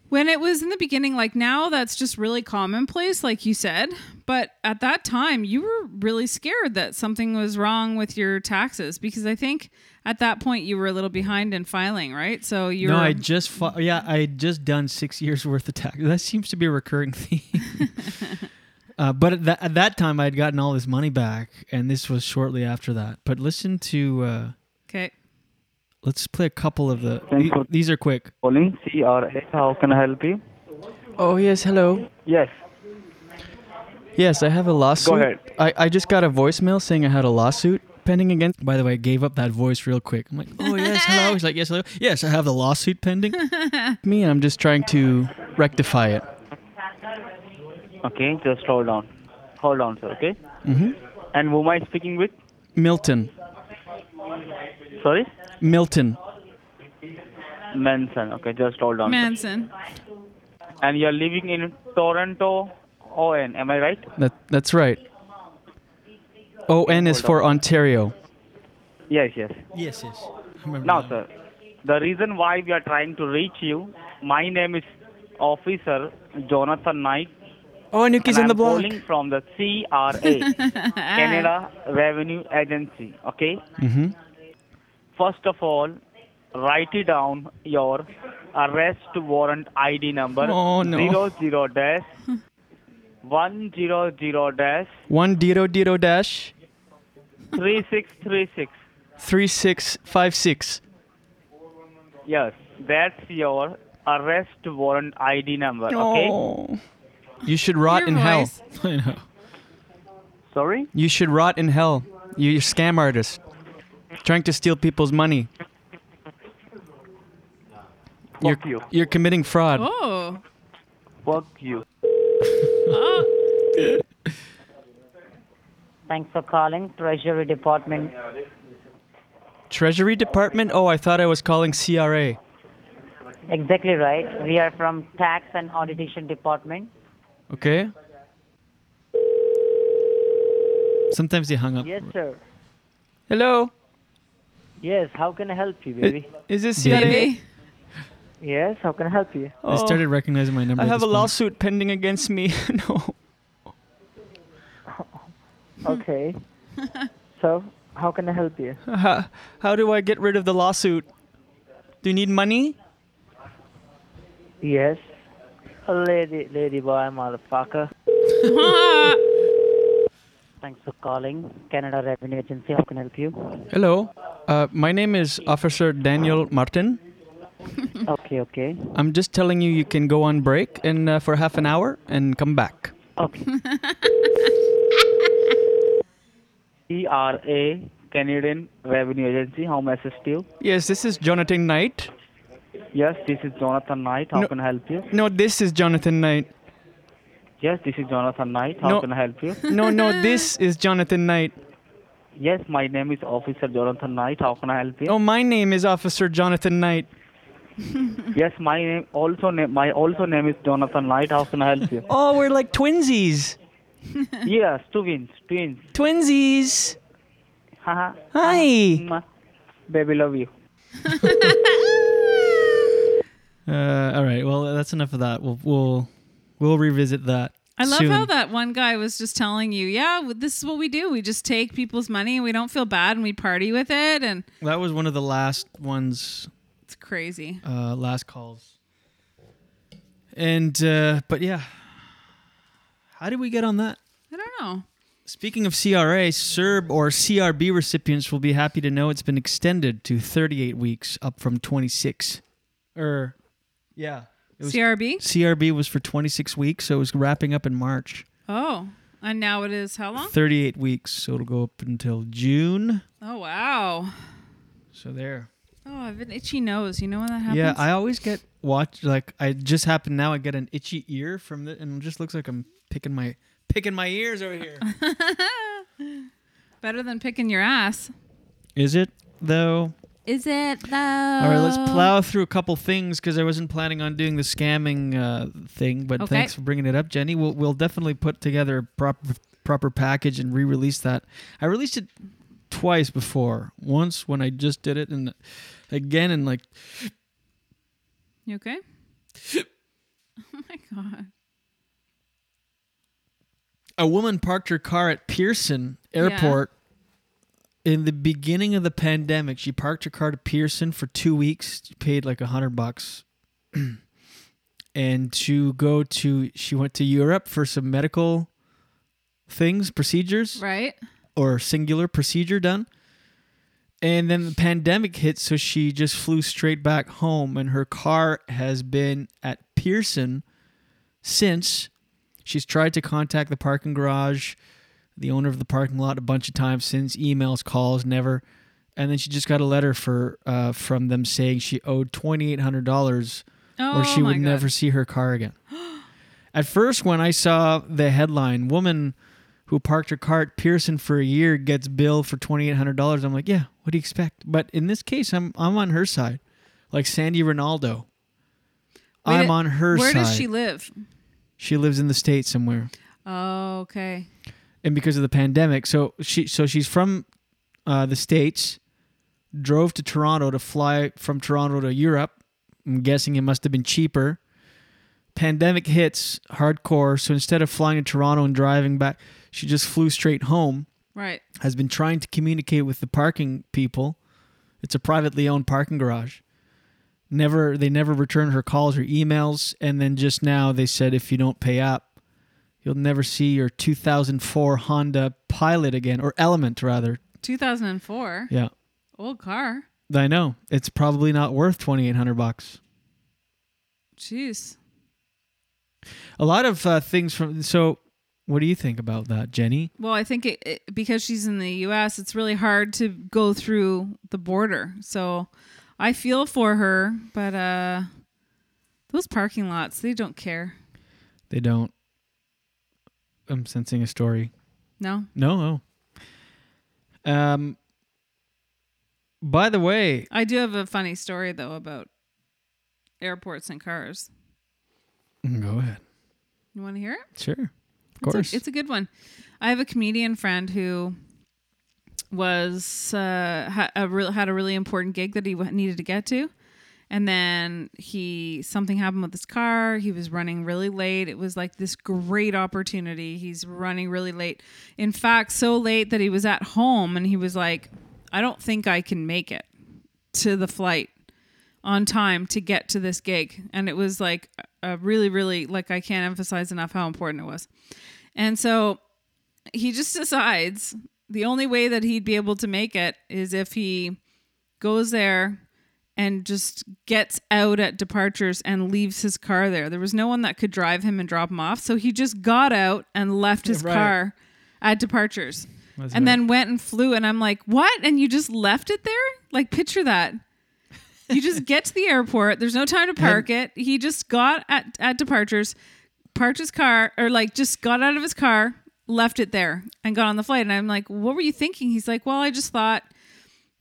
Speaker 14: when it was in the beginning, like now that's just really commonplace, like you said. But at that time, you were really scared that something was wrong with your taxes because I think at that point you were a little behind in filing, right? So you
Speaker 1: no,
Speaker 14: were.
Speaker 1: I just fi- yeah, I had just done six years (laughs) worth of tax. That seems to be a recurring (laughs) theme.
Speaker 14: (laughs)
Speaker 1: uh, but at, that at that time, I had gotten all this money back, and this was shortly after that. But listen to uh,
Speaker 14: okay.
Speaker 1: let's play a couple of the.
Speaker 12: Thanks for-
Speaker 1: these are quick.
Speaker 12: Calling CRA. How can I help you?
Speaker 17: Oh yes, hello.
Speaker 12: Yes.
Speaker 17: Yes, I have a lawsuit.
Speaker 12: ahead.
Speaker 17: I, I just got a voicemail saying I had a lawsuit pending against.
Speaker 1: By the way, I gave up that voice real quick. I'm like, oh yes,
Speaker 12: (laughs)
Speaker 1: hello. He's like, yes, hello. Yes, I have the lawsuit pending.
Speaker 17: (laughs) me, and I'm just trying to rectify it.
Speaker 12: Okay, just hold on. Hold on, sir. Okay.
Speaker 17: hmm
Speaker 12: And who am I speaking with?
Speaker 17: Milton,
Speaker 12: Sorry,
Speaker 17: Milton.
Speaker 12: Manson. Okay, just hold on. sir.
Speaker 14: Manson.
Speaker 12: And you're living in Toronto, ON. Am I right?
Speaker 17: That that's right. O N is for Ontario.
Speaker 12: Yes, yes.
Speaker 1: Yes, yes.
Speaker 12: Now, sir, the reason why we are trying to reach you, my name is Officer Jonathan Knight.
Speaker 17: Oh, and Yuki's
Speaker 12: and
Speaker 17: on the
Speaker 12: I'm
Speaker 17: block.
Speaker 12: calling from the CRA, (laughs)
Speaker 14: (laughs)
Speaker 12: Canada Revenue Agency. Okay.
Speaker 17: Mm-hmm.
Speaker 12: First of all, write it down your arrest warrant ID number
Speaker 17: Oh, no.
Speaker 12: zero zero dash one zero zero dash
Speaker 17: One diro diro dash
Speaker 12: three six three six.
Speaker 17: three six five six.
Speaker 12: Yes, that's your arrest warrant ID number.
Speaker 17: Oh.
Speaker 12: Okay.
Speaker 17: You should rot
Speaker 12: Your
Speaker 17: in
Speaker 12: voice.
Speaker 17: hell. (laughs) I know.
Speaker 12: Sorry.
Speaker 17: You should rot in hell. You're a scam artist, trying to steal people's money. You're,
Speaker 12: you.
Speaker 17: you're committing fraud.
Speaker 14: Oh.
Speaker 12: Fuck you.
Speaker 18: Thanks for calling Treasury Department.
Speaker 17: Treasury Department. Oh, I thought I was calling CRA.
Speaker 18: Exactly right. We are from Tax and Auditation Department.
Speaker 17: Okay.
Speaker 1: Sometimes they hung up.
Speaker 18: Yes, sir.
Speaker 17: Hello.
Speaker 18: Yes, how can I help you,
Speaker 17: I-
Speaker 18: baby?
Speaker 17: Is this CRA?
Speaker 18: Yes, how can I
Speaker 17: (laughs)
Speaker 18: help you?
Speaker 1: They started recognizing my number.
Speaker 17: I
Speaker 1: at
Speaker 17: have a
Speaker 1: this point.
Speaker 17: lawsuit pending against me. (laughs) no. (laughs)
Speaker 18: Okay. so, how can I help you?
Speaker 17: How, how do I get rid of the lawsuit? Do you need money?
Speaker 18: Yes. Lady, lady boy, motherfucker. Thanks for calling Canada Revenue Agency. How can I
Speaker 17: (laughs)
Speaker 18: help you?
Speaker 17: Hello. Uh, my name is Officer Daniel Martin.
Speaker 18: okay, okay.
Speaker 17: I'm just telling you, you can go on break and uh, for half an hour and come back. (laughs)
Speaker 18: Okay.
Speaker 12: CRA, Canadian Revenue Agency. How may I assist you?
Speaker 17: Yes, this is Jonathan Knight.
Speaker 12: Yes, this is Jonathan Knight. How
Speaker 17: No.
Speaker 12: can I help you?
Speaker 17: No, this is Jonathan Knight.
Speaker 12: Yes, this is Jonathan Knight. How
Speaker 17: No.
Speaker 12: can I
Speaker 17: (laughs)
Speaker 12: help you?
Speaker 17: No, no, this is Jonathan Knight.
Speaker 12: Yes, my name is Officer Jonathan Knight. How can I help you?
Speaker 17: Oh, my name is Officer Jonathan Knight.
Speaker 12: Yes, my name also name my also name is Jonathan Knight. How can I help you?
Speaker 17: Oh, we're like twinsies.
Speaker 12: yes, twins, twins.
Speaker 17: Twinsies.
Speaker 12: Haha.
Speaker 17: Hi.
Speaker 12: Mwah. Baby, love you.
Speaker 1: Uh, all right. Well, that's enough of that. We'll we'll we'll revisit that.
Speaker 14: (laughs) I love
Speaker 1: soon.
Speaker 14: how that one guy was just telling you, yeah, w- this is what we do. We just take people's money and we don't feel bad and we party with it. And
Speaker 1: That was one of the last ones,
Speaker 14: it's crazy.
Speaker 1: uh, last calls. And uh, but yeah, how did we get on that?
Speaker 14: I don't know.
Speaker 1: Speaking of CRA, CERB or CRB recipients will be happy to know it's been extended to 38 weeks, up from 26. Or yeah, it was-
Speaker 14: CRB?
Speaker 1: CRB was for 26 weeks, so it was wrapping up in March.
Speaker 14: Oh, and now it is how long?
Speaker 1: 38 weeks, so it'll go up until June.
Speaker 14: Oh, wow.
Speaker 1: So there.
Speaker 14: Oh, I have an itchy nose. You know when that happens?
Speaker 1: Yeah, I always get watch like I just happen now I get an itchy ear from the and it just looks like I'm picking my picking my ears over here.
Speaker 14: Better than picking your ass.
Speaker 1: Is it though?
Speaker 19: Is it though?
Speaker 1: All right,
Speaker 14: Uh,
Speaker 1: let's plow through a couple things because I wasn't planning on doing the scamming uh, thing, but
Speaker 19: Okay.
Speaker 1: thanks for bringing it up, Jenny. We'll, we'll definitely put together a proper proper package and re-release that. I released it twice before. Once when I just did it, and again in like
Speaker 14: You okay? (laughs) oh my god.
Speaker 1: a woman parked her car at Pearson Airport in the beginning of the pandemic. She parked her car to Pearson for two weeks. She paid like a hundred bucks, (clears throat) and to go to she went to Europe for some medical things, procedures,
Speaker 14: Right.
Speaker 1: or singular procedure done. And then the pandemic hit, so she just flew straight back home, and her car has been at Pearson since. She's tried to contact the parking garage, the owner of the parking lot, a bunch of times since emails, calls, never. And then she just got a letter for uh, from them saying she owed twenty eight hundred dollars,
Speaker 14: Oh
Speaker 1: or she would
Speaker 14: my God.
Speaker 1: never see her car
Speaker 14: (gasps)
Speaker 1: again. At first, when I saw the headline, woman who parked her car at Pearson for a year gets billed for $2,800, I'm like, yeah, what do you expect? But in this case, I'm, I'm on her side. Like Sandy Ronaldo.
Speaker 14: Wait,
Speaker 1: I'm on her
Speaker 14: Where
Speaker 1: side.
Speaker 14: does she live?
Speaker 1: She lives in the States somewhere.
Speaker 14: Oh, okay.
Speaker 1: And because of the pandemic, so she so she's from uh, the States, drove to Toronto to fly from Toronto to Europe. I'm guessing it must have been cheaper. pandemic hits hardcore so instead of flying to toronto and driving back she just flew straight home
Speaker 14: Right.
Speaker 1: has been trying to communicate with the parking people it's a privately owned parking garage never they never return her calls or emails and then just now they said if you don't pay up you'll never see your 2004 honda pilot again or element rather
Speaker 14: 2004.
Speaker 1: yeah
Speaker 14: Old car.
Speaker 1: i know it's probably not worth 2800 bucks
Speaker 14: Jeez.
Speaker 1: a lot of uh, things from so what do you think about that jenny
Speaker 14: Well, I think it, it because she's in the U.S., it's really hard to go through the border. So I feel for her, but uh, those parking lots, they don't care.
Speaker 1: They don't. I'm sensing a story.
Speaker 14: No?
Speaker 1: No. no. Um. By the way,
Speaker 14: I do have a funny story though about airports and cars.
Speaker 1: go ahead.
Speaker 14: You want to hear it?
Speaker 1: Sure. Of
Speaker 14: It's a-
Speaker 1: course.
Speaker 14: It's a, good one. I have a comedian friend who was uh, ha- a real, had a really important gig that he w- needed to get to, and then he something happened with his car. He was running really late. It was like this great opportunity. He's running really late. In fact, so late that he was at home and he was like, "I don't think I can make it to the flight." on time to get to this gig. And it was like a really, really, like I can't emphasize enough how important it was. And so he just decides the only way that he'd be able to make it is if he goes there and just gets out at departures and leaves his car there. There was no one that could drive him and drop him off. So he just got out and left his
Speaker 19: Right.
Speaker 14: car at departures.
Speaker 19: That's
Speaker 14: and
Speaker 19: right.
Speaker 14: then went and flew and I'm like, "What?" And you just left it there? Like picture that. You just get to the airport. There's
Speaker 19: (laughs)
Speaker 14: no time to park it. He just got at, at departures, parked his car, or like just got out of his car, left it there, and got on the flight. And I'm like, what were you thinking? He's like, well, I just thought,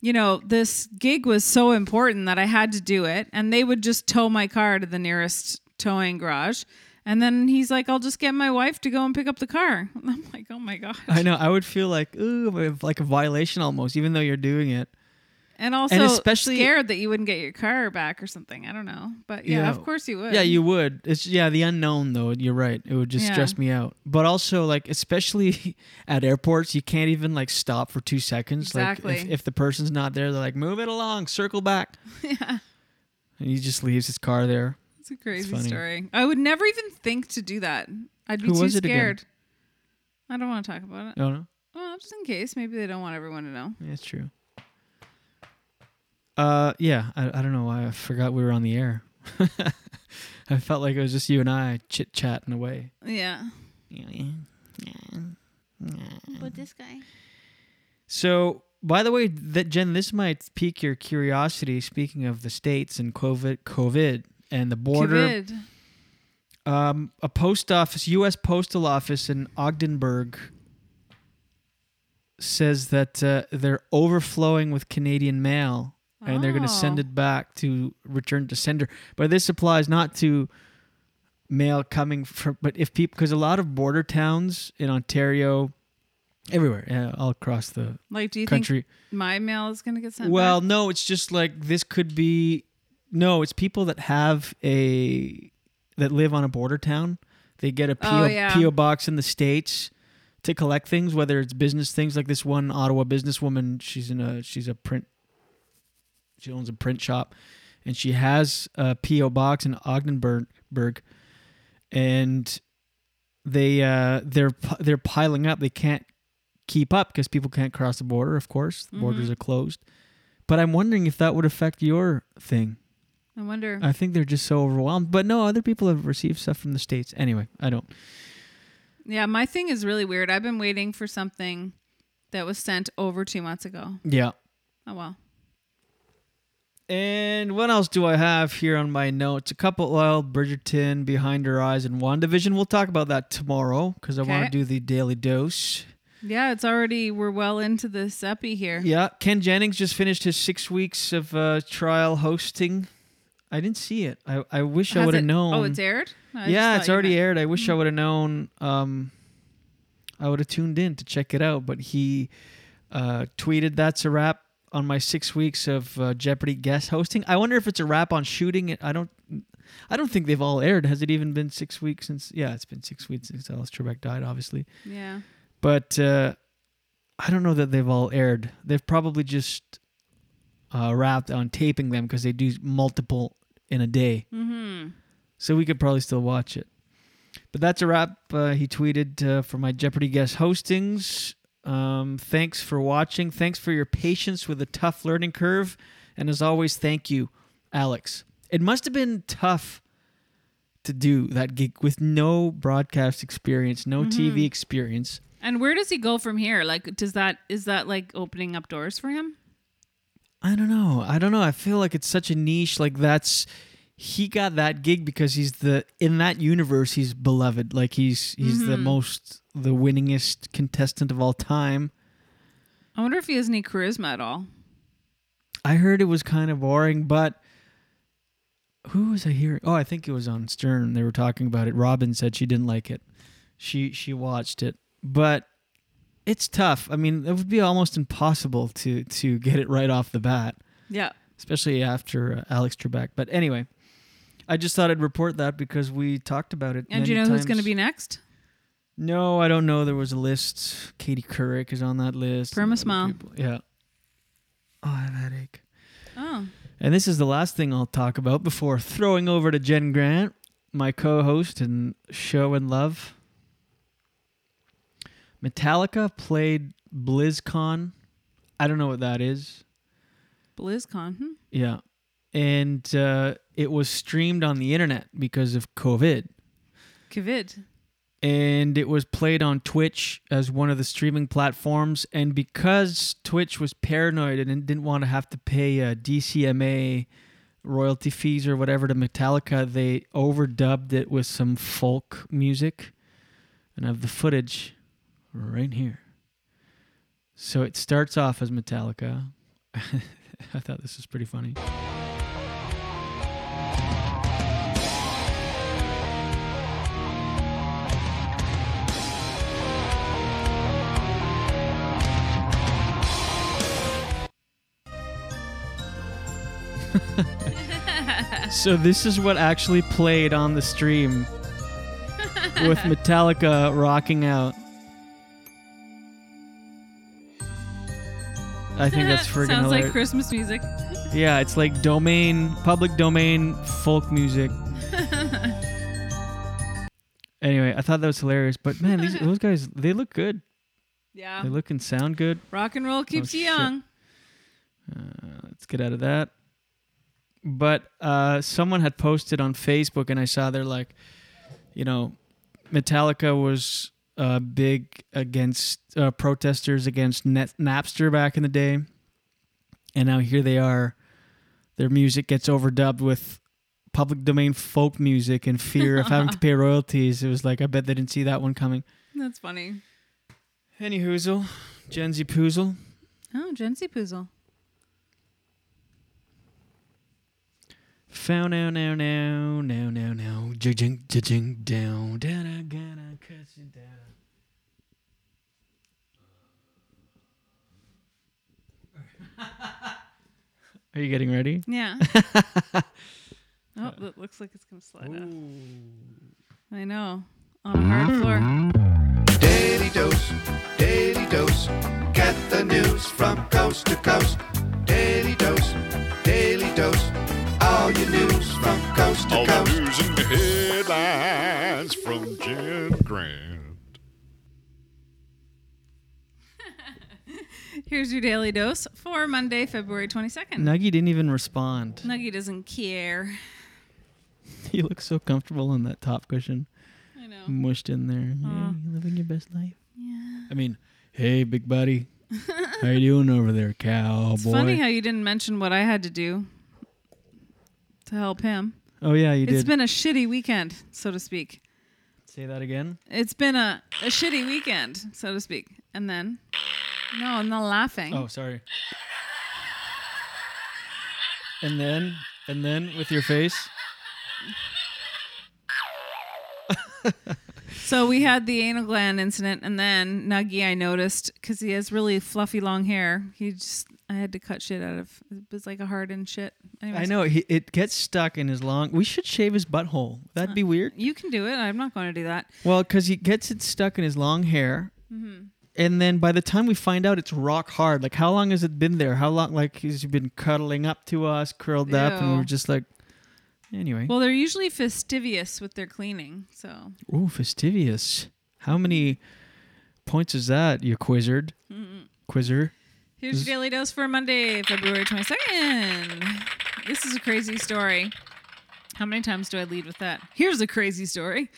Speaker 14: you know, this gig was so important that I had to do it. And they would just tow my car to the nearest towing garage. And then he's like, I'll just get my wife to go and pick up the car. (laughs) And I'm like, oh my God.
Speaker 1: I know. I would feel like ooh, like a violation almost, even though you're doing it.
Speaker 14: And also,
Speaker 1: especially-
Speaker 14: scared that you wouldn't get your car back or something. I don't know. But yeah, of course you would.
Speaker 1: Yeah, you would. It's yeah, the unknown though. You're right. It would just
Speaker 14: Yeah.
Speaker 1: stress me out. But also, like especially (laughs) at airports, you can't even like stop for two seconds. Like if,
Speaker 14: Exactly.
Speaker 1: if the person's not there, they're like, move it along, circle back.
Speaker 14: (laughs) Yeah.
Speaker 1: And he just leaves his car there.
Speaker 14: It's a crazy
Speaker 1: funny.
Speaker 14: story. I would never even think to do that. I'd be
Speaker 1: Who
Speaker 14: too
Speaker 1: was it again?
Speaker 14: scared. I don't want to talk about it.
Speaker 1: Oh no,
Speaker 14: Well, just in case, maybe they don't want everyone to know.
Speaker 1: yeah, it's true. Uh, yeah. I, I don't know why I forgot we were on the air. (laughs) I felt like it was just you and I chit chatting away.
Speaker 14: Yeah.
Speaker 19: But this guy.
Speaker 1: So, by the way, that Jen, this might pique your curiosity. Speaking of the states and COVID, COVID and the border,
Speaker 14: COVID.
Speaker 1: um, a post office, U.S. postal office in Ogdenburg, says that uh, they're overflowing with Canadian mail and they're going to send
Speaker 14: Oh.
Speaker 1: it back to return to sender. But this applies not to mail coming from, but if people, because a lot of border towns in Ontario, everywhere, yeah, all across the
Speaker 14: Like, do you
Speaker 1: country.
Speaker 14: think my mail is going to get sent?
Speaker 1: well,
Speaker 14: back?
Speaker 1: no, it's just like this could be, no, it's people that have a, that live on a border town. They get a PO,
Speaker 14: Oh, yeah.
Speaker 1: PO box in the States to collect things, whether it's business things like this one Ottawa businesswoman, she's in a, she's a print she owns a print shop and she has a PO box in Ogdenburg Berg, and they uh they're p- they're piling up they can't keep up because people can't cross the border of course the borders
Speaker 14: Mhm.
Speaker 1: are closed but i'm wondering if that would affect your thing
Speaker 14: I wonder.
Speaker 1: i think they're just so overwhelmed but no other people have received stuff from the states anyway i don't
Speaker 14: Yeah, my thing is really weird. I've been waiting for something that was sent over two months ago.
Speaker 1: yeah
Speaker 14: Oh well.
Speaker 1: And what else do I have here on my notes? A couple, well, Bridgerton, Behind Her Eyes, and WandaVision. We'll talk about that tomorrow because I want
Speaker 14: Okay.
Speaker 1: to do the daily dose.
Speaker 14: Yeah, it's already we're well into this epi here.
Speaker 1: Yeah, Ken Jennings just finished his six weeks of uh, trial hosting. I didn't see it. I, I wish I
Speaker 14: Has
Speaker 1: would have
Speaker 14: it-
Speaker 1: known.
Speaker 14: oh, it's aired? I just
Speaker 1: yeah,
Speaker 14: thought
Speaker 1: it's
Speaker 14: you
Speaker 1: already
Speaker 14: meant-
Speaker 1: aired. I wish I
Speaker 14: Hmm.
Speaker 1: would have known. Um, I would have tuned in to check it out, but he uh, tweeted, "That's a wrap on my six weeks of uh, Jeopardy guest hosting." I wonder if it's a wrap on shooting it. I don't. I don't think they've all aired. Has it even been six weeks since? Yeah, it's been six weeks since Alice Trebek died, obviously.
Speaker 14: Yeah.
Speaker 1: But uh, I don't know that they've all aired. They've probably just uh, wrapped on taping them because they do multiple in a day.
Speaker 14: Mm-hmm.
Speaker 1: So we could probably still watch it. But that's a wrap. Uh, he tweeted uh, for my Jeopardy guest hostings. Um, thanks for watching. Thanks for your patience with the tough learning curve. And as always, thank you, Alex. It must have been tough to do that gig with no broadcast experience, no TV
Speaker 14: Mhm.
Speaker 1: experience.
Speaker 14: And where does he go from here? Like, does that is that like opening up doors for him?
Speaker 1: I don't know. I don't know. I feel like it's such a niche. Like that's he got that gig because he's the in that universe he's beloved. Like he's he's the
Speaker 14: Mhm.
Speaker 1: most the winningest contestant of all time.
Speaker 14: I wonder if he has any charisma at all.
Speaker 1: I heard it was kind of boring, but who was I hearing? Oh, I think it was on Stern. They were talking about it. Robin said she didn't like it. She she watched it, but it's tough. I mean, it would be almost impossible to to get it right off the bat.
Speaker 14: Yeah.
Speaker 1: especially after uh, Alex Trebek. But anyway, I just thought I'd report that because we talked about it.
Speaker 14: And do you know
Speaker 1: many
Speaker 14: who's going to
Speaker 1: times.
Speaker 14: be next?
Speaker 1: No, I don't know. There was a list. Katie Couric is on that list. and
Speaker 14: Perma
Speaker 1: other
Speaker 14: Smile.
Speaker 1: people. Yeah. Oh, I have a headache.
Speaker 14: Oh.
Speaker 1: And this is the last thing I'll talk about before throwing over to Jen Grant, my co-host and show and love. Metallica played BlizzCon. I don't know what that is.
Speaker 14: BlizzCon. Hmm.
Speaker 1: Yeah. And uh, it was streamed on the internet because of COVID.
Speaker 14: Kvid.
Speaker 1: And it was played on Twitch as one of the streaming platforms. And because Twitch was paranoid and didn't want to have to pay uh, DCMA royalty fees or whatever to Metallica, they overdubbed it with some folk music. And I have the footage right here. So it starts off as Metallica. (laughs) I thought this was pretty
Speaker 14: (laughs)
Speaker 1: funny. so this is what actually played on the stream
Speaker 14: (laughs)
Speaker 1: with Metallica rocking out. I think
Speaker 14: (laughs)
Speaker 1: that's friggin'
Speaker 14: Sounds
Speaker 1: hilarious.
Speaker 14: like Christmas music.
Speaker 1: Yeah, it's like domain, public domain folk music. Anyway, I thought that was hilarious, but man, these those guys they look good.
Speaker 14: Yeah.
Speaker 1: They look and sound good.
Speaker 14: Rock and roll keeps
Speaker 1: Oh,
Speaker 14: you
Speaker 1: shit.
Speaker 14: young.
Speaker 1: Uh, let's get out of that. But uh, someone had posted on Facebook, and I saw they're like, you know, Metallica was uh, big against uh, protesters against Net- Napster back in the day, and now here they are. Their music gets overdubbed with public domain folk music in fear of having to pay royalties. It was like I bet they didn't see that one coming.
Speaker 14: That's funny.
Speaker 1: Any hoozle, Gen Z Poozle.
Speaker 14: Oh, Gen Z Poozle.
Speaker 1: Fow now now now now now now jing jing down down gonna cuss you down. (laughs) Are you getting ready? (laughs)
Speaker 14: Yeah. oh, that looks like it's gonna slide off. I know. On a hard floor.
Speaker 5: Daily dose, daily dose. Get the news from coast to coast. Daily dose, daily dose. All your news from coast to coast. All the news and headlines from Jim Grant.
Speaker 14: Here's your daily dose for Monday, February 22nd.
Speaker 1: Nuggy didn't even (laughs) respond.
Speaker 14: Nuggy doesn't care.
Speaker 1: He looks so comfortable on that top cushion.
Speaker 14: I know.
Speaker 1: Mushed in there.
Speaker 14: Aw.
Speaker 1: Yeah, you living your best life.
Speaker 14: Yeah.
Speaker 1: I mean, hey, big
Speaker 14: (laughs)
Speaker 1: buddy. how you doing over there, cowboy?
Speaker 14: It's funny how you didn't mention what I had to do to help him.
Speaker 1: oh, yeah, you
Speaker 14: It's
Speaker 1: did.
Speaker 14: been a shitty weekend, so to speak.
Speaker 1: Say that again.
Speaker 14: It's been a, a shitty weekend, so to speak. And then, no, I'm not laughing.
Speaker 1: Oh, sorry. And then, and then with your face.
Speaker 14: So we had the anal gland incident, and then Nuggy, I noticed because he has really fluffy long hair. He just, I had to cut shit out of. It was like a hardened shit. Anyways,
Speaker 1: I know he, it gets stuck in his long. We should shave his butthole. That'd be weird.
Speaker 14: You can do it. I'm not going to do that.
Speaker 1: Well, because he gets it stuck in his long hair,
Speaker 14: Mhm.
Speaker 1: and then by the time we find out, it's rock hard. Like, how long has it been there? How long? Like, has he been cuddling up to us, curled up, and
Speaker 14: Ew.
Speaker 1: we're just like, anyway.
Speaker 14: Well, they're usually fastidious with their cleaning, so
Speaker 1: Ooh, fastidious. How many points is that, you quizzard?
Speaker 14: Mm-mm.
Speaker 1: Quizzer.
Speaker 14: Here's your daily dose for Monday, February 22nd. This is a crazy story. How many times do I lead with that? Here's a crazy story.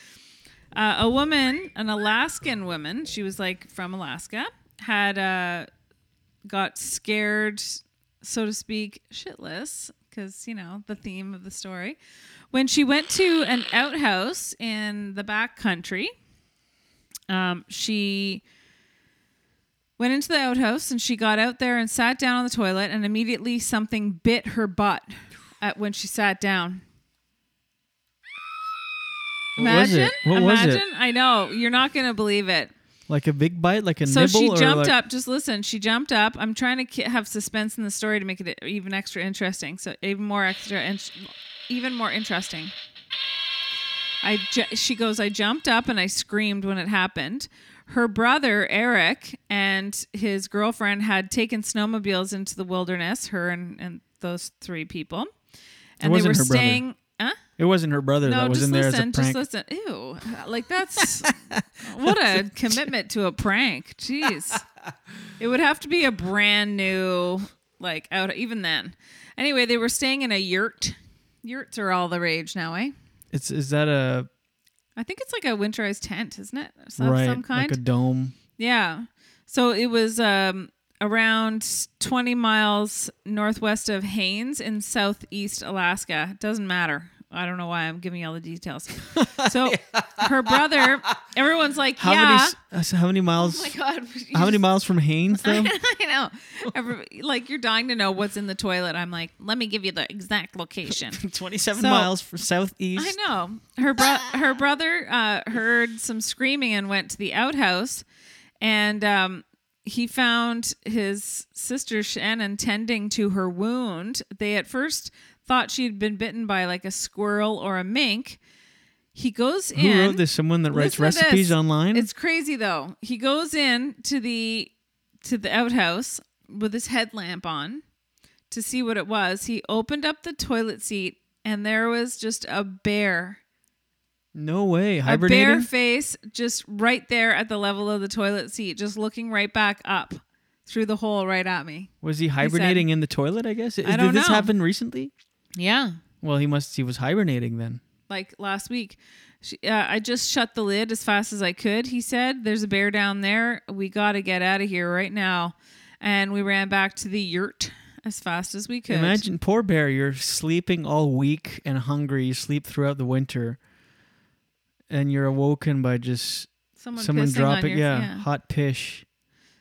Speaker 14: Uh, a woman, an Alaskan woman, she was like from Alaska, had uh, got scared, so to speak, shitless, because, you know, the theme of the story, when she went to an outhouse in the back country. Um, she went into the outhouse and she got out there and sat down on the toilet and immediately something bit her butt at when she sat down.
Speaker 1: What was it? What was it?
Speaker 14: imagine. I know you're not gonna believe it.
Speaker 1: Like a big bite, like a
Speaker 14: so
Speaker 1: nibble.
Speaker 14: she
Speaker 1: or
Speaker 14: jumped
Speaker 1: like-
Speaker 14: up. Just listen. She jumped up. I'm trying to ki- have suspense in the story to make it even extra interesting. So even more extra, in- even more interesting. I ju- she goes. I jumped up and I screamed when it happened. Her brother Eric and his girlfriend had taken snowmobiles into the wilderness. Her and, and those three people, and they
Speaker 1: wasn't
Speaker 14: were
Speaker 1: her brother.
Speaker 14: staying. Huh?
Speaker 1: It wasn't her brother that was
Speaker 14: just
Speaker 1: in there
Speaker 14: listen,
Speaker 1: as a prank.
Speaker 14: Just listen. Ew.
Speaker 1: (laughs)
Speaker 14: Like that's what a commitment to a prank. Jeez. it would have to be a brand new like out even then. Anyway, they were staying in a yurt. Yurts are all the rage now, eh?
Speaker 1: It's is that a
Speaker 14: I think it's like a winterized tent, isn't it? Of some-
Speaker 1: right
Speaker 14: some kind.
Speaker 1: like a dome?
Speaker 14: Yeah. So it was um, around 20 miles northwest of Haines in southeast Alaska. Doesn't matter. I don't know why I'm giving you all the details. So
Speaker 1: (laughs)
Speaker 14: her brother, everyone's like,
Speaker 1: How many
Speaker 14: yeah.
Speaker 1: s- uh, so how many miles?
Speaker 14: Oh my God. (laughs)
Speaker 1: How many miles from Haynes though?
Speaker 14: I know. Every, like you're dying to know what's in the toilet. I'm like, let me give you the exact location.
Speaker 1: (laughs) 27
Speaker 14: So-
Speaker 1: miles from southeast.
Speaker 14: I know. Her bro- her brother uh, heard some screaming and went to the outhouse, and um, he found his sister Shannon tending to her wound. They at first thought she had been bitten by like a squirrel or a mink. He goes
Speaker 1: Who
Speaker 14: in.
Speaker 1: wrote this? Someone that writes
Speaker 14: Listen to this.
Speaker 1: recipes online?
Speaker 14: It's crazy though. He goes in to the to the outhouse with his headlamp on to see what it was. He opened up the toilet seat and there was just a bear.
Speaker 1: no way.
Speaker 14: A bear
Speaker 1: Hibernating?
Speaker 14: face just right there at the level of the toilet seat, just looking right back up through the hole right at me.
Speaker 1: Was he
Speaker 14: said-
Speaker 1: hibernating in the toilet, I guess?
Speaker 14: I
Speaker 1: Is,
Speaker 14: don't
Speaker 1: did this
Speaker 14: know.
Speaker 1: happen recently?
Speaker 14: Yeah.
Speaker 1: Well, he must he was hibernating then.
Speaker 14: like last week. She, uh, I just shut the lid as fast as I could. He said, "There's a bear down there. We got to get out of here right now." And we ran back to the yurt as fast as we could.
Speaker 1: Imagine poor bear, you're sleeping all week and hungry. You sleep throughout the winter, and you're awoken by just
Speaker 14: Someone
Speaker 1: someone,
Speaker 14: pissing on
Speaker 1: dropping
Speaker 14: your-
Speaker 1: yeah,
Speaker 14: yeah.
Speaker 1: hot pish.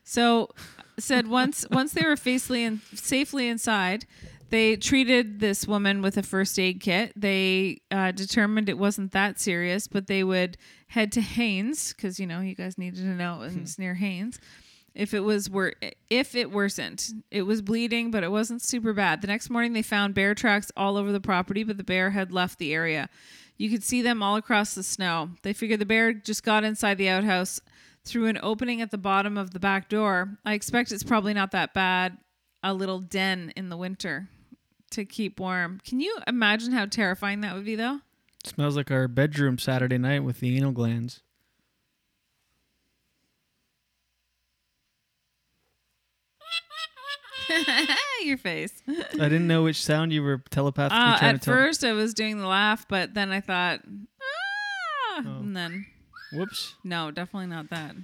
Speaker 14: So said once once they were safely and safely inside, They treated this woman with a first aid kit. They uh, determined it wasn't that serious, but they would head to Haynes because you know you guys needed to know and it's near Haynes. If it was were if it worsened, it was bleeding, but it wasn't super bad. The next morning, they found bear tracks all over the property, but the bear had left the area. You could see them all across the snow. They figured the bear just got inside the outhouse through an opening at the bottom of the back door. I expect it's probably not that bad. A little den in the winter to keep warm. Can you imagine how terrifying that would be, though? (laughs)
Speaker 1: Smells like our bedroom Saturday night with the anal glands.
Speaker 14: Your face.
Speaker 1: I didn't know which sound you were telepathically
Speaker 14: Uh,
Speaker 1: trying
Speaker 14: at
Speaker 1: to tell. me.
Speaker 14: first, I was doing the laugh, but then I thought, ah,
Speaker 1: Oh.
Speaker 14: and then
Speaker 1: Whoops.
Speaker 14: no, definitely not that.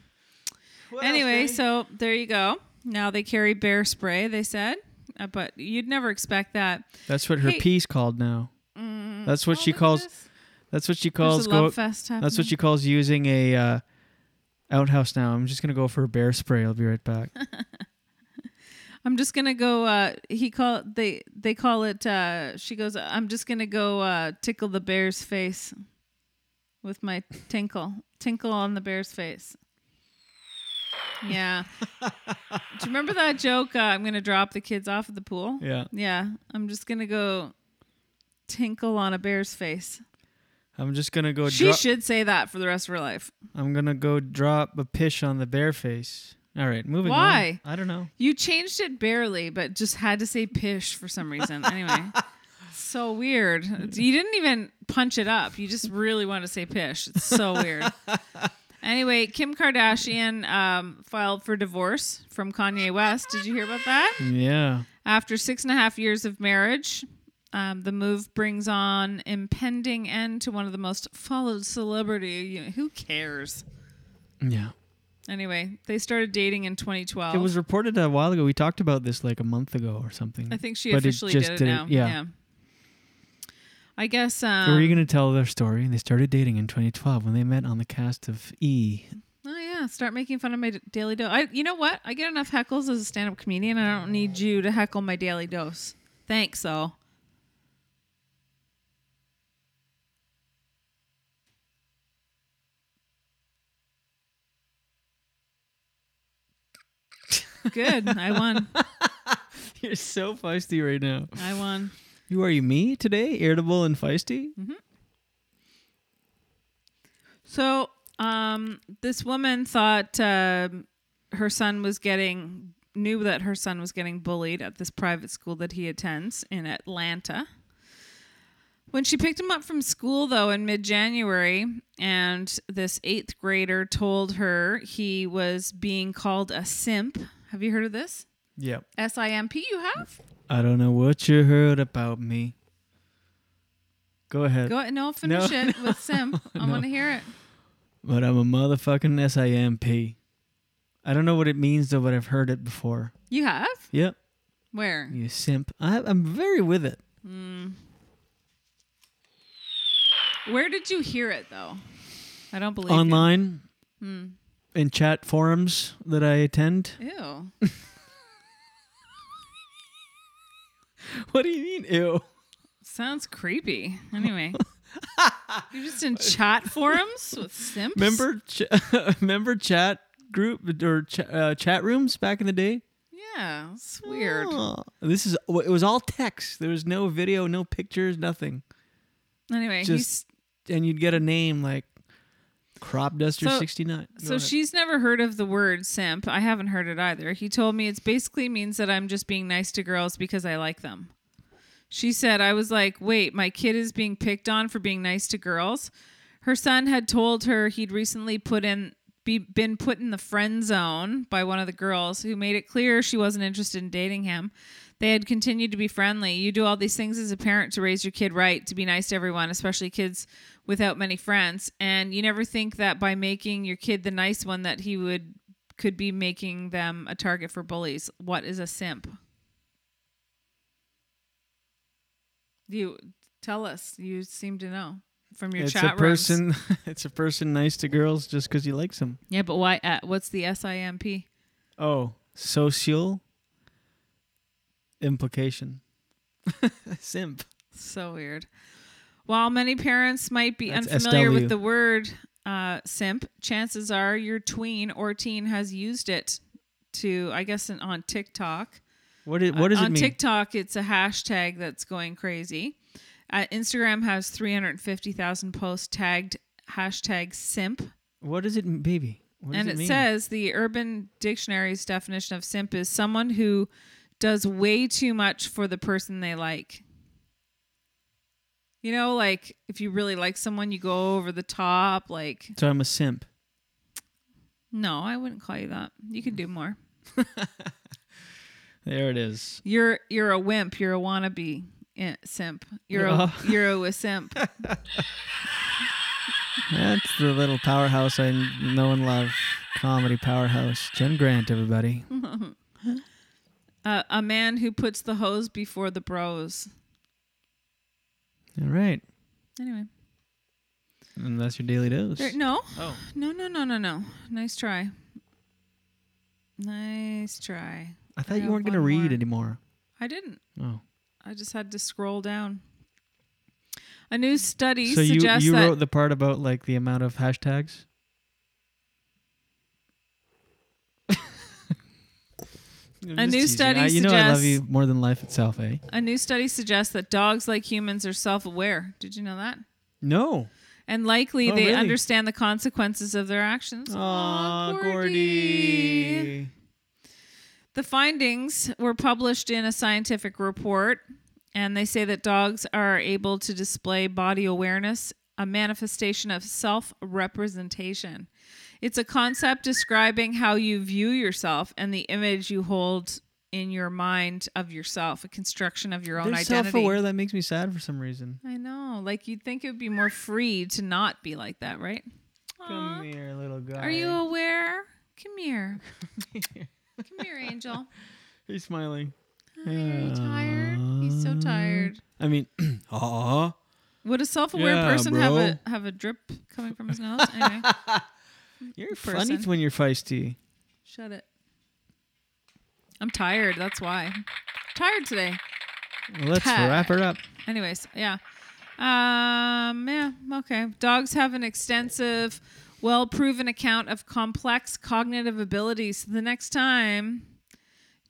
Speaker 14: anyway, so there you go. Now they carry bear spray. They said, uh, but you'd never expect that.
Speaker 1: That's what her
Speaker 14: Hey,
Speaker 1: piece called now.
Speaker 14: Mm,
Speaker 1: that's what she calls. That's what she calls.
Speaker 14: a love fest
Speaker 1: that's what she
Speaker 14: happening.
Speaker 1: calls using a uh, outhouse. Now I'm just gonna go for a bear spray. I'll be right
Speaker 14: (laughs)
Speaker 1: back.
Speaker 14: I'm just gonna go. Uh, he call they they call it. Uh, she goes. I'm just gonna go uh, tickle the bear's face with my tinkle tinkle on the bear's face. Yeah. Do you remember that joke? Uh, I'm gonna drop the kids off at the pool.
Speaker 1: Yeah.
Speaker 14: Yeah. I'm just gonna go tinkle on a bear's face.
Speaker 1: I'm just gonna go.
Speaker 14: she
Speaker 1: dro-
Speaker 14: should say that for the rest of her life.
Speaker 1: I'm gonna go drop a pish on the bear face. All right, moving on.
Speaker 14: Why?
Speaker 1: I don't know.
Speaker 14: You changed it barely, but just had to say pish for some reason. Anyway, so weird. You didn't even punch it up. You just really want to say pish. It's so weird. Anyway, Kim Kardashian um, filed for divorce from Kanye West. Did you hear about that?
Speaker 1: Yeah.
Speaker 14: After six and a half years of marriage, um, the move brings on impending end to one of the most followed celebrity. You- Who cares?
Speaker 1: Yeah.
Speaker 14: Anyway, they started dating in 2012.
Speaker 1: It was reported a while ago. We talked about this like a month ago or something.
Speaker 14: I think she
Speaker 1: But
Speaker 14: officially
Speaker 1: just
Speaker 14: did it
Speaker 1: didn't-
Speaker 14: now.
Speaker 1: Yeah.
Speaker 14: I guess.
Speaker 1: so
Speaker 14: Um,
Speaker 1: were you gonna tell their story? They started dating in 2012 when they met on the cast of
Speaker 14: (laughs)
Speaker 1: E.
Speaker 14: Oh yeah, start making fun of my d- daily dose. I, you know what? I get enough heckles as a stand-up comedian. I don't need you to heckle my daily dose. Thanks, though. Good, I won.
Speaker 1: You're so feisty right now.
Speaker 14: I won.
Speaker 1: You are you me today? Irritable and feisty?
Speaker 14: Mm-hmm. So, um, this woman thought um her son was getting knew that her son was getting bullied at this private school that he attends in Atlanta. When she picked him up from school, though, in mid January, and this eighth grader told her he was being called a simp. Have you heard of this?
Speaker 1: Yep.
Speaker 14: S I M P, you have?
Speaker 1: I don't know what you heard about me. Go ahead.
Speaker 14: Go No, finish it with simp. I
Speaker 1: no.
Speaker 14: want to hear it.
Speaker 1: But I'm a motherfucking SIMP. I don't know what it means though, but I've heard it before.
Speaker 14: You have?
Speaker 1: Yep.
Speaker 14: Where?
Speaker 1: You simp. I, I'm very with it.
Speaker 14: Mm. Where did you hear it though? I don't believe you.
Speaker 1: Online,
Speaker 14: Hmm.
Speaker 1: in chat forums that I attend.
Speaker 14: Ew.
Speaker 1: (laughs) What do you mean, ew?
Speaker 14: Sounds creepy.
Speaker 1: (laughs)
Speaker 14: Anyway, you're just in chat forums with simps.
Speaker 1: Remember, ch- (laughs) remember chat group or ch- uh, chat rooms back in the day.
Speaker 14: Yeah, it's weird.
Speaker 1: Oh, this is it was all text. There was no video, no pictures, nothing.
Speaker 14: Anyway,
Speaker 1: Just and you'd get a name like Crop Duster sixty nine.
Speaker 14: So she's never heard of the word simp. I haven't heard it either. He told me it's basically means that I'm just being nice to girls because I like them. She said, I was like, wait, my kid is being picked on for being nice to girls. Her son had told her he'd recently put in be, been put in the friend zone by one of the girls who made it clear she wasn't interested in dating him. They had continued to be friendly. You do all these things as a parent to raise your kid right, to be nice to everyone, especially kids without many friends. And you never think that by making your kid the nice one that he would could be making them a target for bullies. What is a simp? You tell us. You seem to know from your
Speaker 1: it's
Speaker 14: chat
Speaker 1: a
Speaker 14: rooms.
Speaker 1: person. (laughs) It's a person nice to girls just because he likes them.
Speaker 14: Yeah, but why? Uh, what's the SIMP?
Speaker 1: (laughs) Oh, social implication. Simp.
Speaker 14: So weird. While many parents might be
Speaker 1: That's
Speaker 14: unfamiliar
Speaker 1: SW.
Speaker 14: with the word uh, simp, chances are your tween or teen has used it to, I guess, in- on TikTok.
Speaker 1: What it- what does
Speaker 14: Uh, on
Speaker 1: it mean?
Speaker 14: TikTok, it's a hashtag that's going crazy. Uh, Instagram has 350,000 posts tagged hashtag simp.
Speaker 1: What is it, m- baby? What does
Speaker 14: and
Speaker 1: it,
Speaker 14: it,
Speaker 1: mean?
Speaker 14: says the Urban Dictionary's definition of simp is someone who does way too much for the person they like. You know, like if you really like someone, you go over the top. Like,
Speaker 1: So I'm a simp.
Speaker 14: no, I wouldn't call you that. You can do more.
Speaker 1: There it is.
Speaker 14: You're you're a wimp. You're a wannabe eh, simp. You're a
Speaker 1: Oh.
Speaker 14: you're a, simp.
Speaker 1: That's the little powerhouse I know and love. Comedy powerhouse. Jen Grant, everybody.
Speaker 14: Mm. uh, a man who puts the hose before the bros.
Speaker 1: All right.
Speaker 14: Anyway.
Speaker 1: And that's your daily dose.
Speaker 14: There- no.
Speaker 1: Oh.
Speaker 14: No, no, no, no, no. Nice try. Nice try.
Speaker 1: I thought you
Speaker 14: have
Speaker 1: weren't going to
Speaker 14: one
Speaker 1: read
Speaker 14: more.
Speaker 1: anymore.
Speaker 14: I didn't.
Speaker 1: Oh.
Speaker 14: I just had to scroll down. A new study
Speaker 1: so you,
Speaker 14: suggests
Speaker 1: you
Speaker 14: that
Speaker 1: wrote the part about like the amount of hashtags? (laughs)
Speaker 14: a new study
Speaker 1: I, you know
Speaker 14: suggests
Speaker 1: I love you more than life itself, eh?
Speaker 14: a new study suggests that dogs like humans are self-aware. Did you know that?
Speaker 1: No.
Speaker 14: And likely
Speaker 1: Oh,
Speaker 14: they
Speaker 1: really?
Speaker 14: understand the consequences of their actions. Aw, Gordy. The findings were published in a scientific report, and they say that dogs are able to display body awareness, a manifestation of self representation. It's a concept describing how you view yourself and the image you hold in your mind of yourself, a construction of your own
Speaker 1: They're
Speaker 14: identity.
Speaker 1: self-aware. That makes me sad for some reason.
Speaker 14: I know. Like, you'd think it would be more free to not be like that, right?
Speaker 1: Come here, little guy.
Speaker 14: Are you aware? Come here. Come here, Angel.
Speaker 1: He's smiling.
Speaker 14: Hi, are you tired? He's so tired.
Speaker 1: I mean, (clears throat) aw.
Speaker 14: Would a self-aware
Speaker 1: Yeah,
Speaker 14: person
Speaker 1: bro.
Speaker 14: have a have a drip coming from his nose? Anyway,
Speaker 1: (laughs) You're
Speaker 14: person.
Speaker 1: funny when you're feisty.
Speaker 14: Shut it. I'm tired. That's why. Tired today.
Speaker 1: Let's
Speaker 14: Tired.
Speaker 1: wrap her up.
Speaker 14: Anyways, yeah. Um, yeah, okay. Dogs have an extensive, well proven account of complex cognitive abilities. So the next time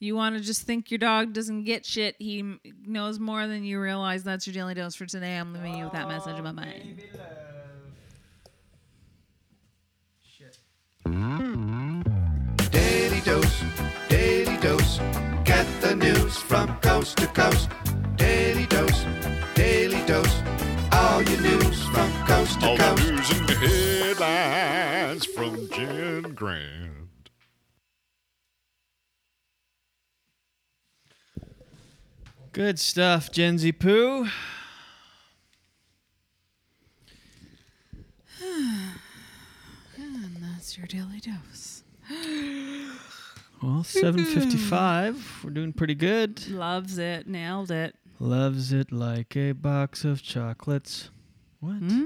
Speaker 14: you want to just think your dog doesn't get shit, he m- knows more than you realize. That's your daily dose for today. I'm leaving you with that message in my mind.
Speaker 5: Daily dose, daily dose. Get the news from coast to coast. Daily dose, daily dose. All your news from coast to
Speaker 20: All
Speaker 5: coast.
Speaker 20: the news and the headlines from Jen Grant.
Speaker 1: Good stuff, Gen Z Poo.
Speaker 14: and that's your daily dose. (laughs)
Speaker 1: Well, 755. We're doing pretty good.
Speaker 14: Loves it. Nailed it.
Speaker 1: Loves it like a box of chocolates. What?
Speaker 14: Hmm?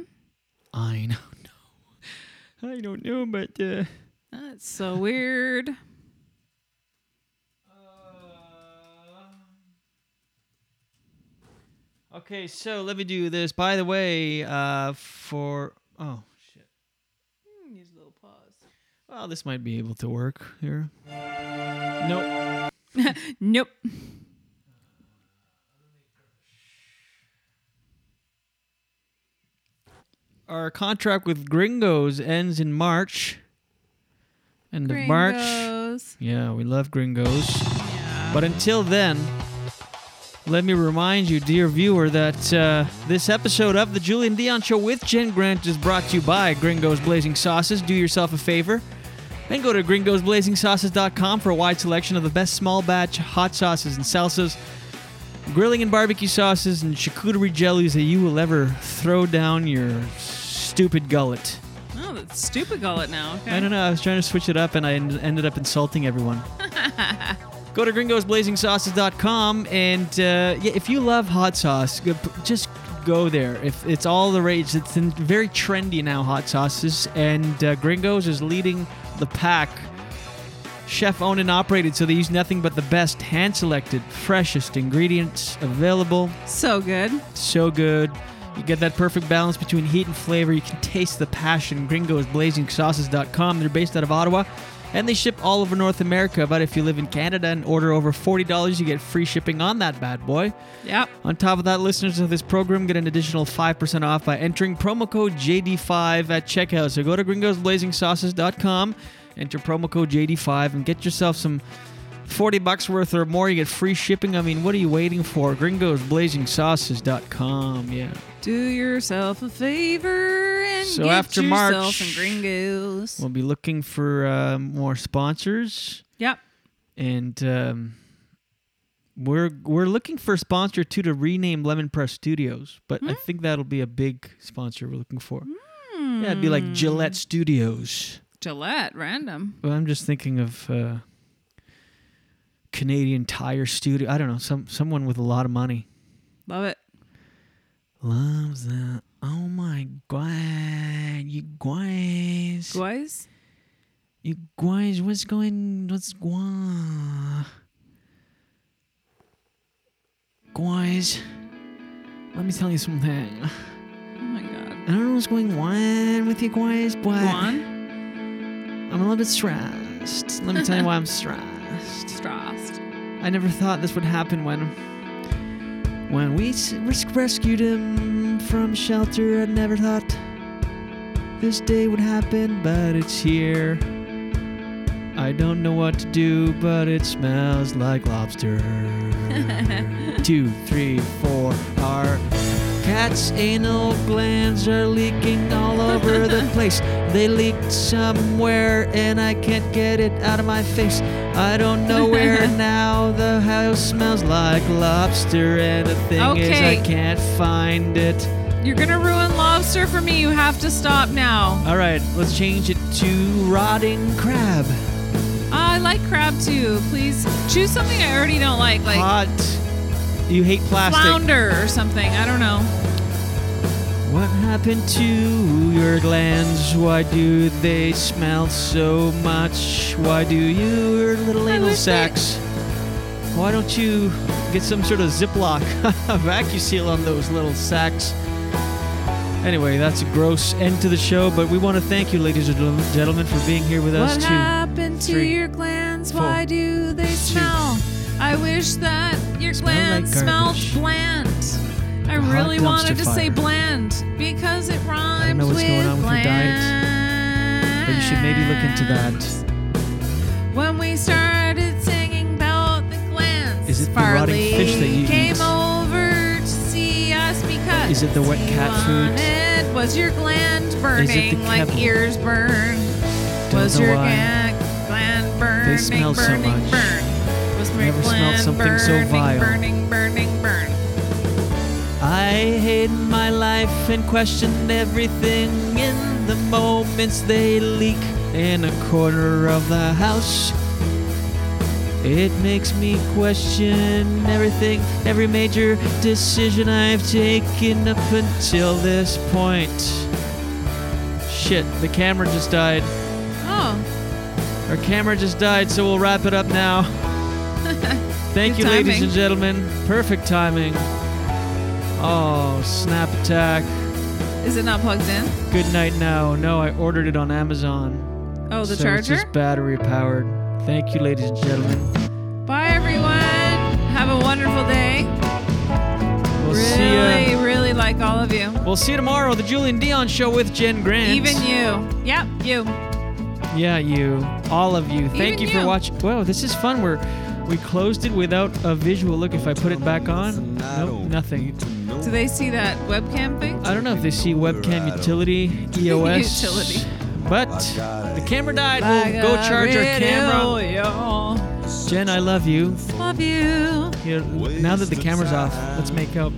Speaker 1: I don't know. (laughs) I don't know, but uh,
Speaker 14: That's so weird.
Speaker 1: Okay, so let me do this. By the way, uh, for oh shit, Hmm,
Speaker 14: Use a little pause.
Speaker 1: well, this might be able to work here. Nope.
Speaker 14: nope.
Speaker 1: Our contract with Gringos ends in March. End of March.
Speaker 14: Gringos.
Speaker 1: Yeah, we love Gringos. But until then, let me remind you, dear viewer, that uh, this episode of the Julian Dion Show with Jen Grant is brought to you by Gringos Blazing Sauces. Do yourself a favor and go to gringosblazingsauces.com for a wide selection of the best small batch hot sauces and salsas, grilling and barbecue sauces, and charcuterie jellies that you will ever throw down your stupid gullet.
Speaker 14: Oh, that's stupid gullet now. Okay.
Speaker 1: I don't know. I was trying to switch it up, and I en- ended up insulting everyone. Go to gringosblazingsauces.com, and uh, yeah, if you love hot sauce, go- p- just go there. If it's all the rage, it's in very trendy now. Hot sauces, and uh, Gringos is leading the pack Chef owned and operated, so they use nothing but the best hand selected, freshest ingredients available.
Speaker 14: So good.
Speaker 1: So good. You get that perfect balance between heat and flavor. You can taste the passion. GringosBlazingSauces.com. They're based out of Ottawa and they ship all over North America. But if you live in Canada and order over $40, you get free shipping on that bad boy.
Speaker 14: Yep.
Speaker 1: On top of that, listeners of this program get an additional 5% off by entering promo code JD5 at checkout. So go to gringosblazingsauces.com, enter promo code JD5, and get yourself some 40 bucks worth or more. You get free shipping. I mean, what are you waiting for? gringosblazingsauces.com. Yeah.
Speaker 14: Do yourself a favor and
Speaker 1: So
Speaker 14: get
Speaker 1: after
Speaker 14: yourself
Speaker 1: March-
Speaker 14: some gringos.
Speaker 1: We'll be looking for uh, more sponsors.
Speaker 14: Yep.
Speaker 1: And um, we're we're looking for a sponsor too to rename Lemon Press Studios, but I think that'll be a big sponsor we're looking for. Yeah, it'd be like Gillette Studios.
Speaker 14: Gillette, random.
Speaker 1: Well, I'm just thinking of uh, Canadian Tire Studio. I don't know, some someone with a lot of money.
Speaker 14: Love it.
Speaker 1: Loves that. Oh my god, you guys.
Speaker 14: Guys?
Speaker 1: You guys, what's going what's going Guys, let me tell you something.
Speaker 14: Oh my god.
Speaker 1: I don't know what's going on with you guys, but I'm a little bit stressed. Let me tell you why I'm stressed.
Speaker 14: Stressed.
Speaker 1: I never thought this would happen when when we s- res- rescued him from shelter. I never thought this day would happen, but it's here. I don't know what to do, but it smells like lobster. Two, three, four, are. Cat's anal glands are leaking all over the place. They leaked somewhere and I can't get it out of my face. I don't know where now. The house smells like lobster and the thing is
Speaker 14: Okay.
Speaker 1: I can't find it.
Speaker 14: You're gonna ruin lobster for me. You have to stop now.
Speaker 1: All right, let's change it to rotting crab.
Speaker 14: I like crab too. Please choose something I already don't like, like
Speaker 1: Hot. You hate plastic.
Speaker 14: flounder or something. I don't know.
Speaker 1: What happened to your glands? Why do they smell so much? Why do your little anal sacs? Why don't you get some sort of Ziploc (laughs) vacuum seal on those little sacs? Anyway, that's a gross end to the show, but we want to thank you, ladies and gentlemen, for being here with us
Speaker 14: what
Speaker 1: too.
Speaker 14: happened to
Speaker 1: three,
Speaker 14: your glands?
Speaker 1: four,
Speaker 14: Why do they smell? I wish that your glands
Speaker 1: like
Speaker 14: smelled
Speaker 1: garbage.
Speaker 14: bland. I
Speaker 1: Hot
Speaker 14: really wanted
Speaker 1: dumpster
Speaker 14: to say
Speaker 1: fire.
Speaker 14: bland because it rhymes
Speaker 1: I don't know what's
Speaker 14: with
Speaker 1: going on with your
Speaker 14: bland.
Speaker 1: diet, but you should maybe look into that.
Speaker 14: When we started singing about the glands,
Speaker 1: Is it the
Speaker 14: Farley
Speaker 1: rotting fish that you
Speaker 14: came
Speaker 1: eat?
Speaker 14: over to see us because
Speaker 1: Is it the wet
Speaker 14: he
Speaker 1: cat food?
Speaker 14: wanted- was your gland burning like
Speaker 1: kibble?
Speaker 14: ears burn?
Speaker 1: Don't
Speaker 14: was
Speaker 1: know
Speaker 14: your
Speaker 1: why.
Speaker 14: gland, gland burning,
Speaker 1: They smell so
Speaker 14: burning,
Speaker 1: much.
Speaker 14: burn? Was my
Speaker 1: Never smelled
Speaker 14: gland
Speaker 1: something so
Speaker 14: burning,
Speaker 1: vile.
Speaker 14: burning, burning, burn?
Speaker 1: I hate my life and question everything in the moments they leak in a corner of the house. It makes me question everything, every major decision I've taken up until this point. Shit, the camera just died.
Speaker 14: Oh,
Speaker 1: Our camera just died, so we'll wrap it up
Speaker 14: (laughs)
Speaker 1: now. Thank
Speaker 14: Good
Speaker 1: you, ladies
Speaker 14: timing.
Speaker 1: and gentlemen. Perfect timing. Oh, snap attack.
Speaker 14: is it not plugged in?
Speaker 1: Good night now. No, I ordered it on Amazon.
Speaker 14: Oh, the
Speaker 1: so It's
Speaker 14: charger?
Speaker 1: just battery powered. Thank you, ladies and gentlemen.
Speaker 14: Bye, everyone. Have a wonderful day.
Speaker 1: We'll see
Speaker 14: really,
Speaker 1: ya.
Speaker 14: really like all of you.
Speaker 1: We'll see you tomorrow. The Julian Dion Show with Jen Grant.
Speaker 14: Even you. Yep, you.
Speaker 1: Yeah, you. All of you. Thank
Speaker 14: Even
Speaker 1: you for
Speaker 14: you.
Speaker 1: watching. Whoa, this is fun. We're we closed it without a visual. Look, if I put it back on, nope, nothing.
Speaker 14: Do they see that webcam thing?
Speaker 1: I don't know if they see webcam (laughs) utility, EOS.
Speaker 14: (laughs) Utility.
Speaker 1: But the camera died. We'll go charge our
Speaker 14: oh,
Speaker 1: camera. Jen, I love you.
Speaker 14: Love you.
Speaker 1: Here, now that the camera's off, let's make out.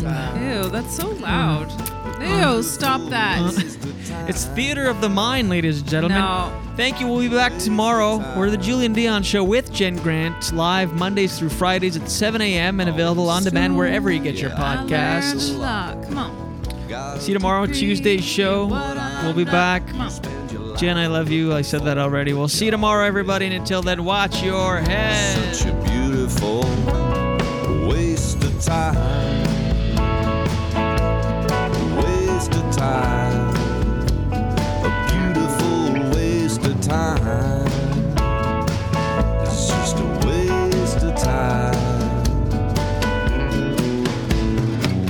Speaker 14: Ew, that's so loud.
Speaker 1: Mm.
Speaker 14: Ew, stop that.
Speaker 1: Uh, It's theater of the mind, ladies and gentlemen.
Speaker 14: No.
Speaker 1: Thank you. We'll be back tomorrow. We're the Julian Dion Show with Jen Grant, live Mondays through Fridays at 7 a.m. and available on demand wherever you get your podcasts.
Speaker 14: Come on.
Speaker 1: See you tomorrow, Tuesday's show. We'll be back. Jen, I love you. I said that already. We'll see you tomorrow, everybody. And until then, watch your head.
Speaker 12: Such a beautiful waste of time. Waste of time. A beautiful waste of time. It's just a waste of time.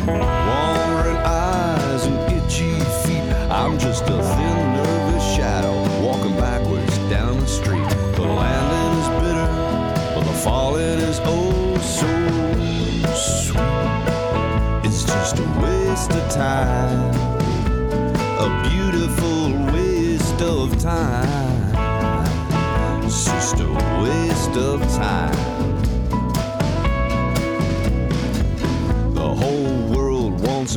Speaker 12: Wandering eyes and itchy feet. I'm just a thin, nervous shadow walking backwards down the street. The landing is bitter, but the falling is oh so sweet. It's just a waste of time, a beautiful waste of time. It's just a waste of time. The whole world wants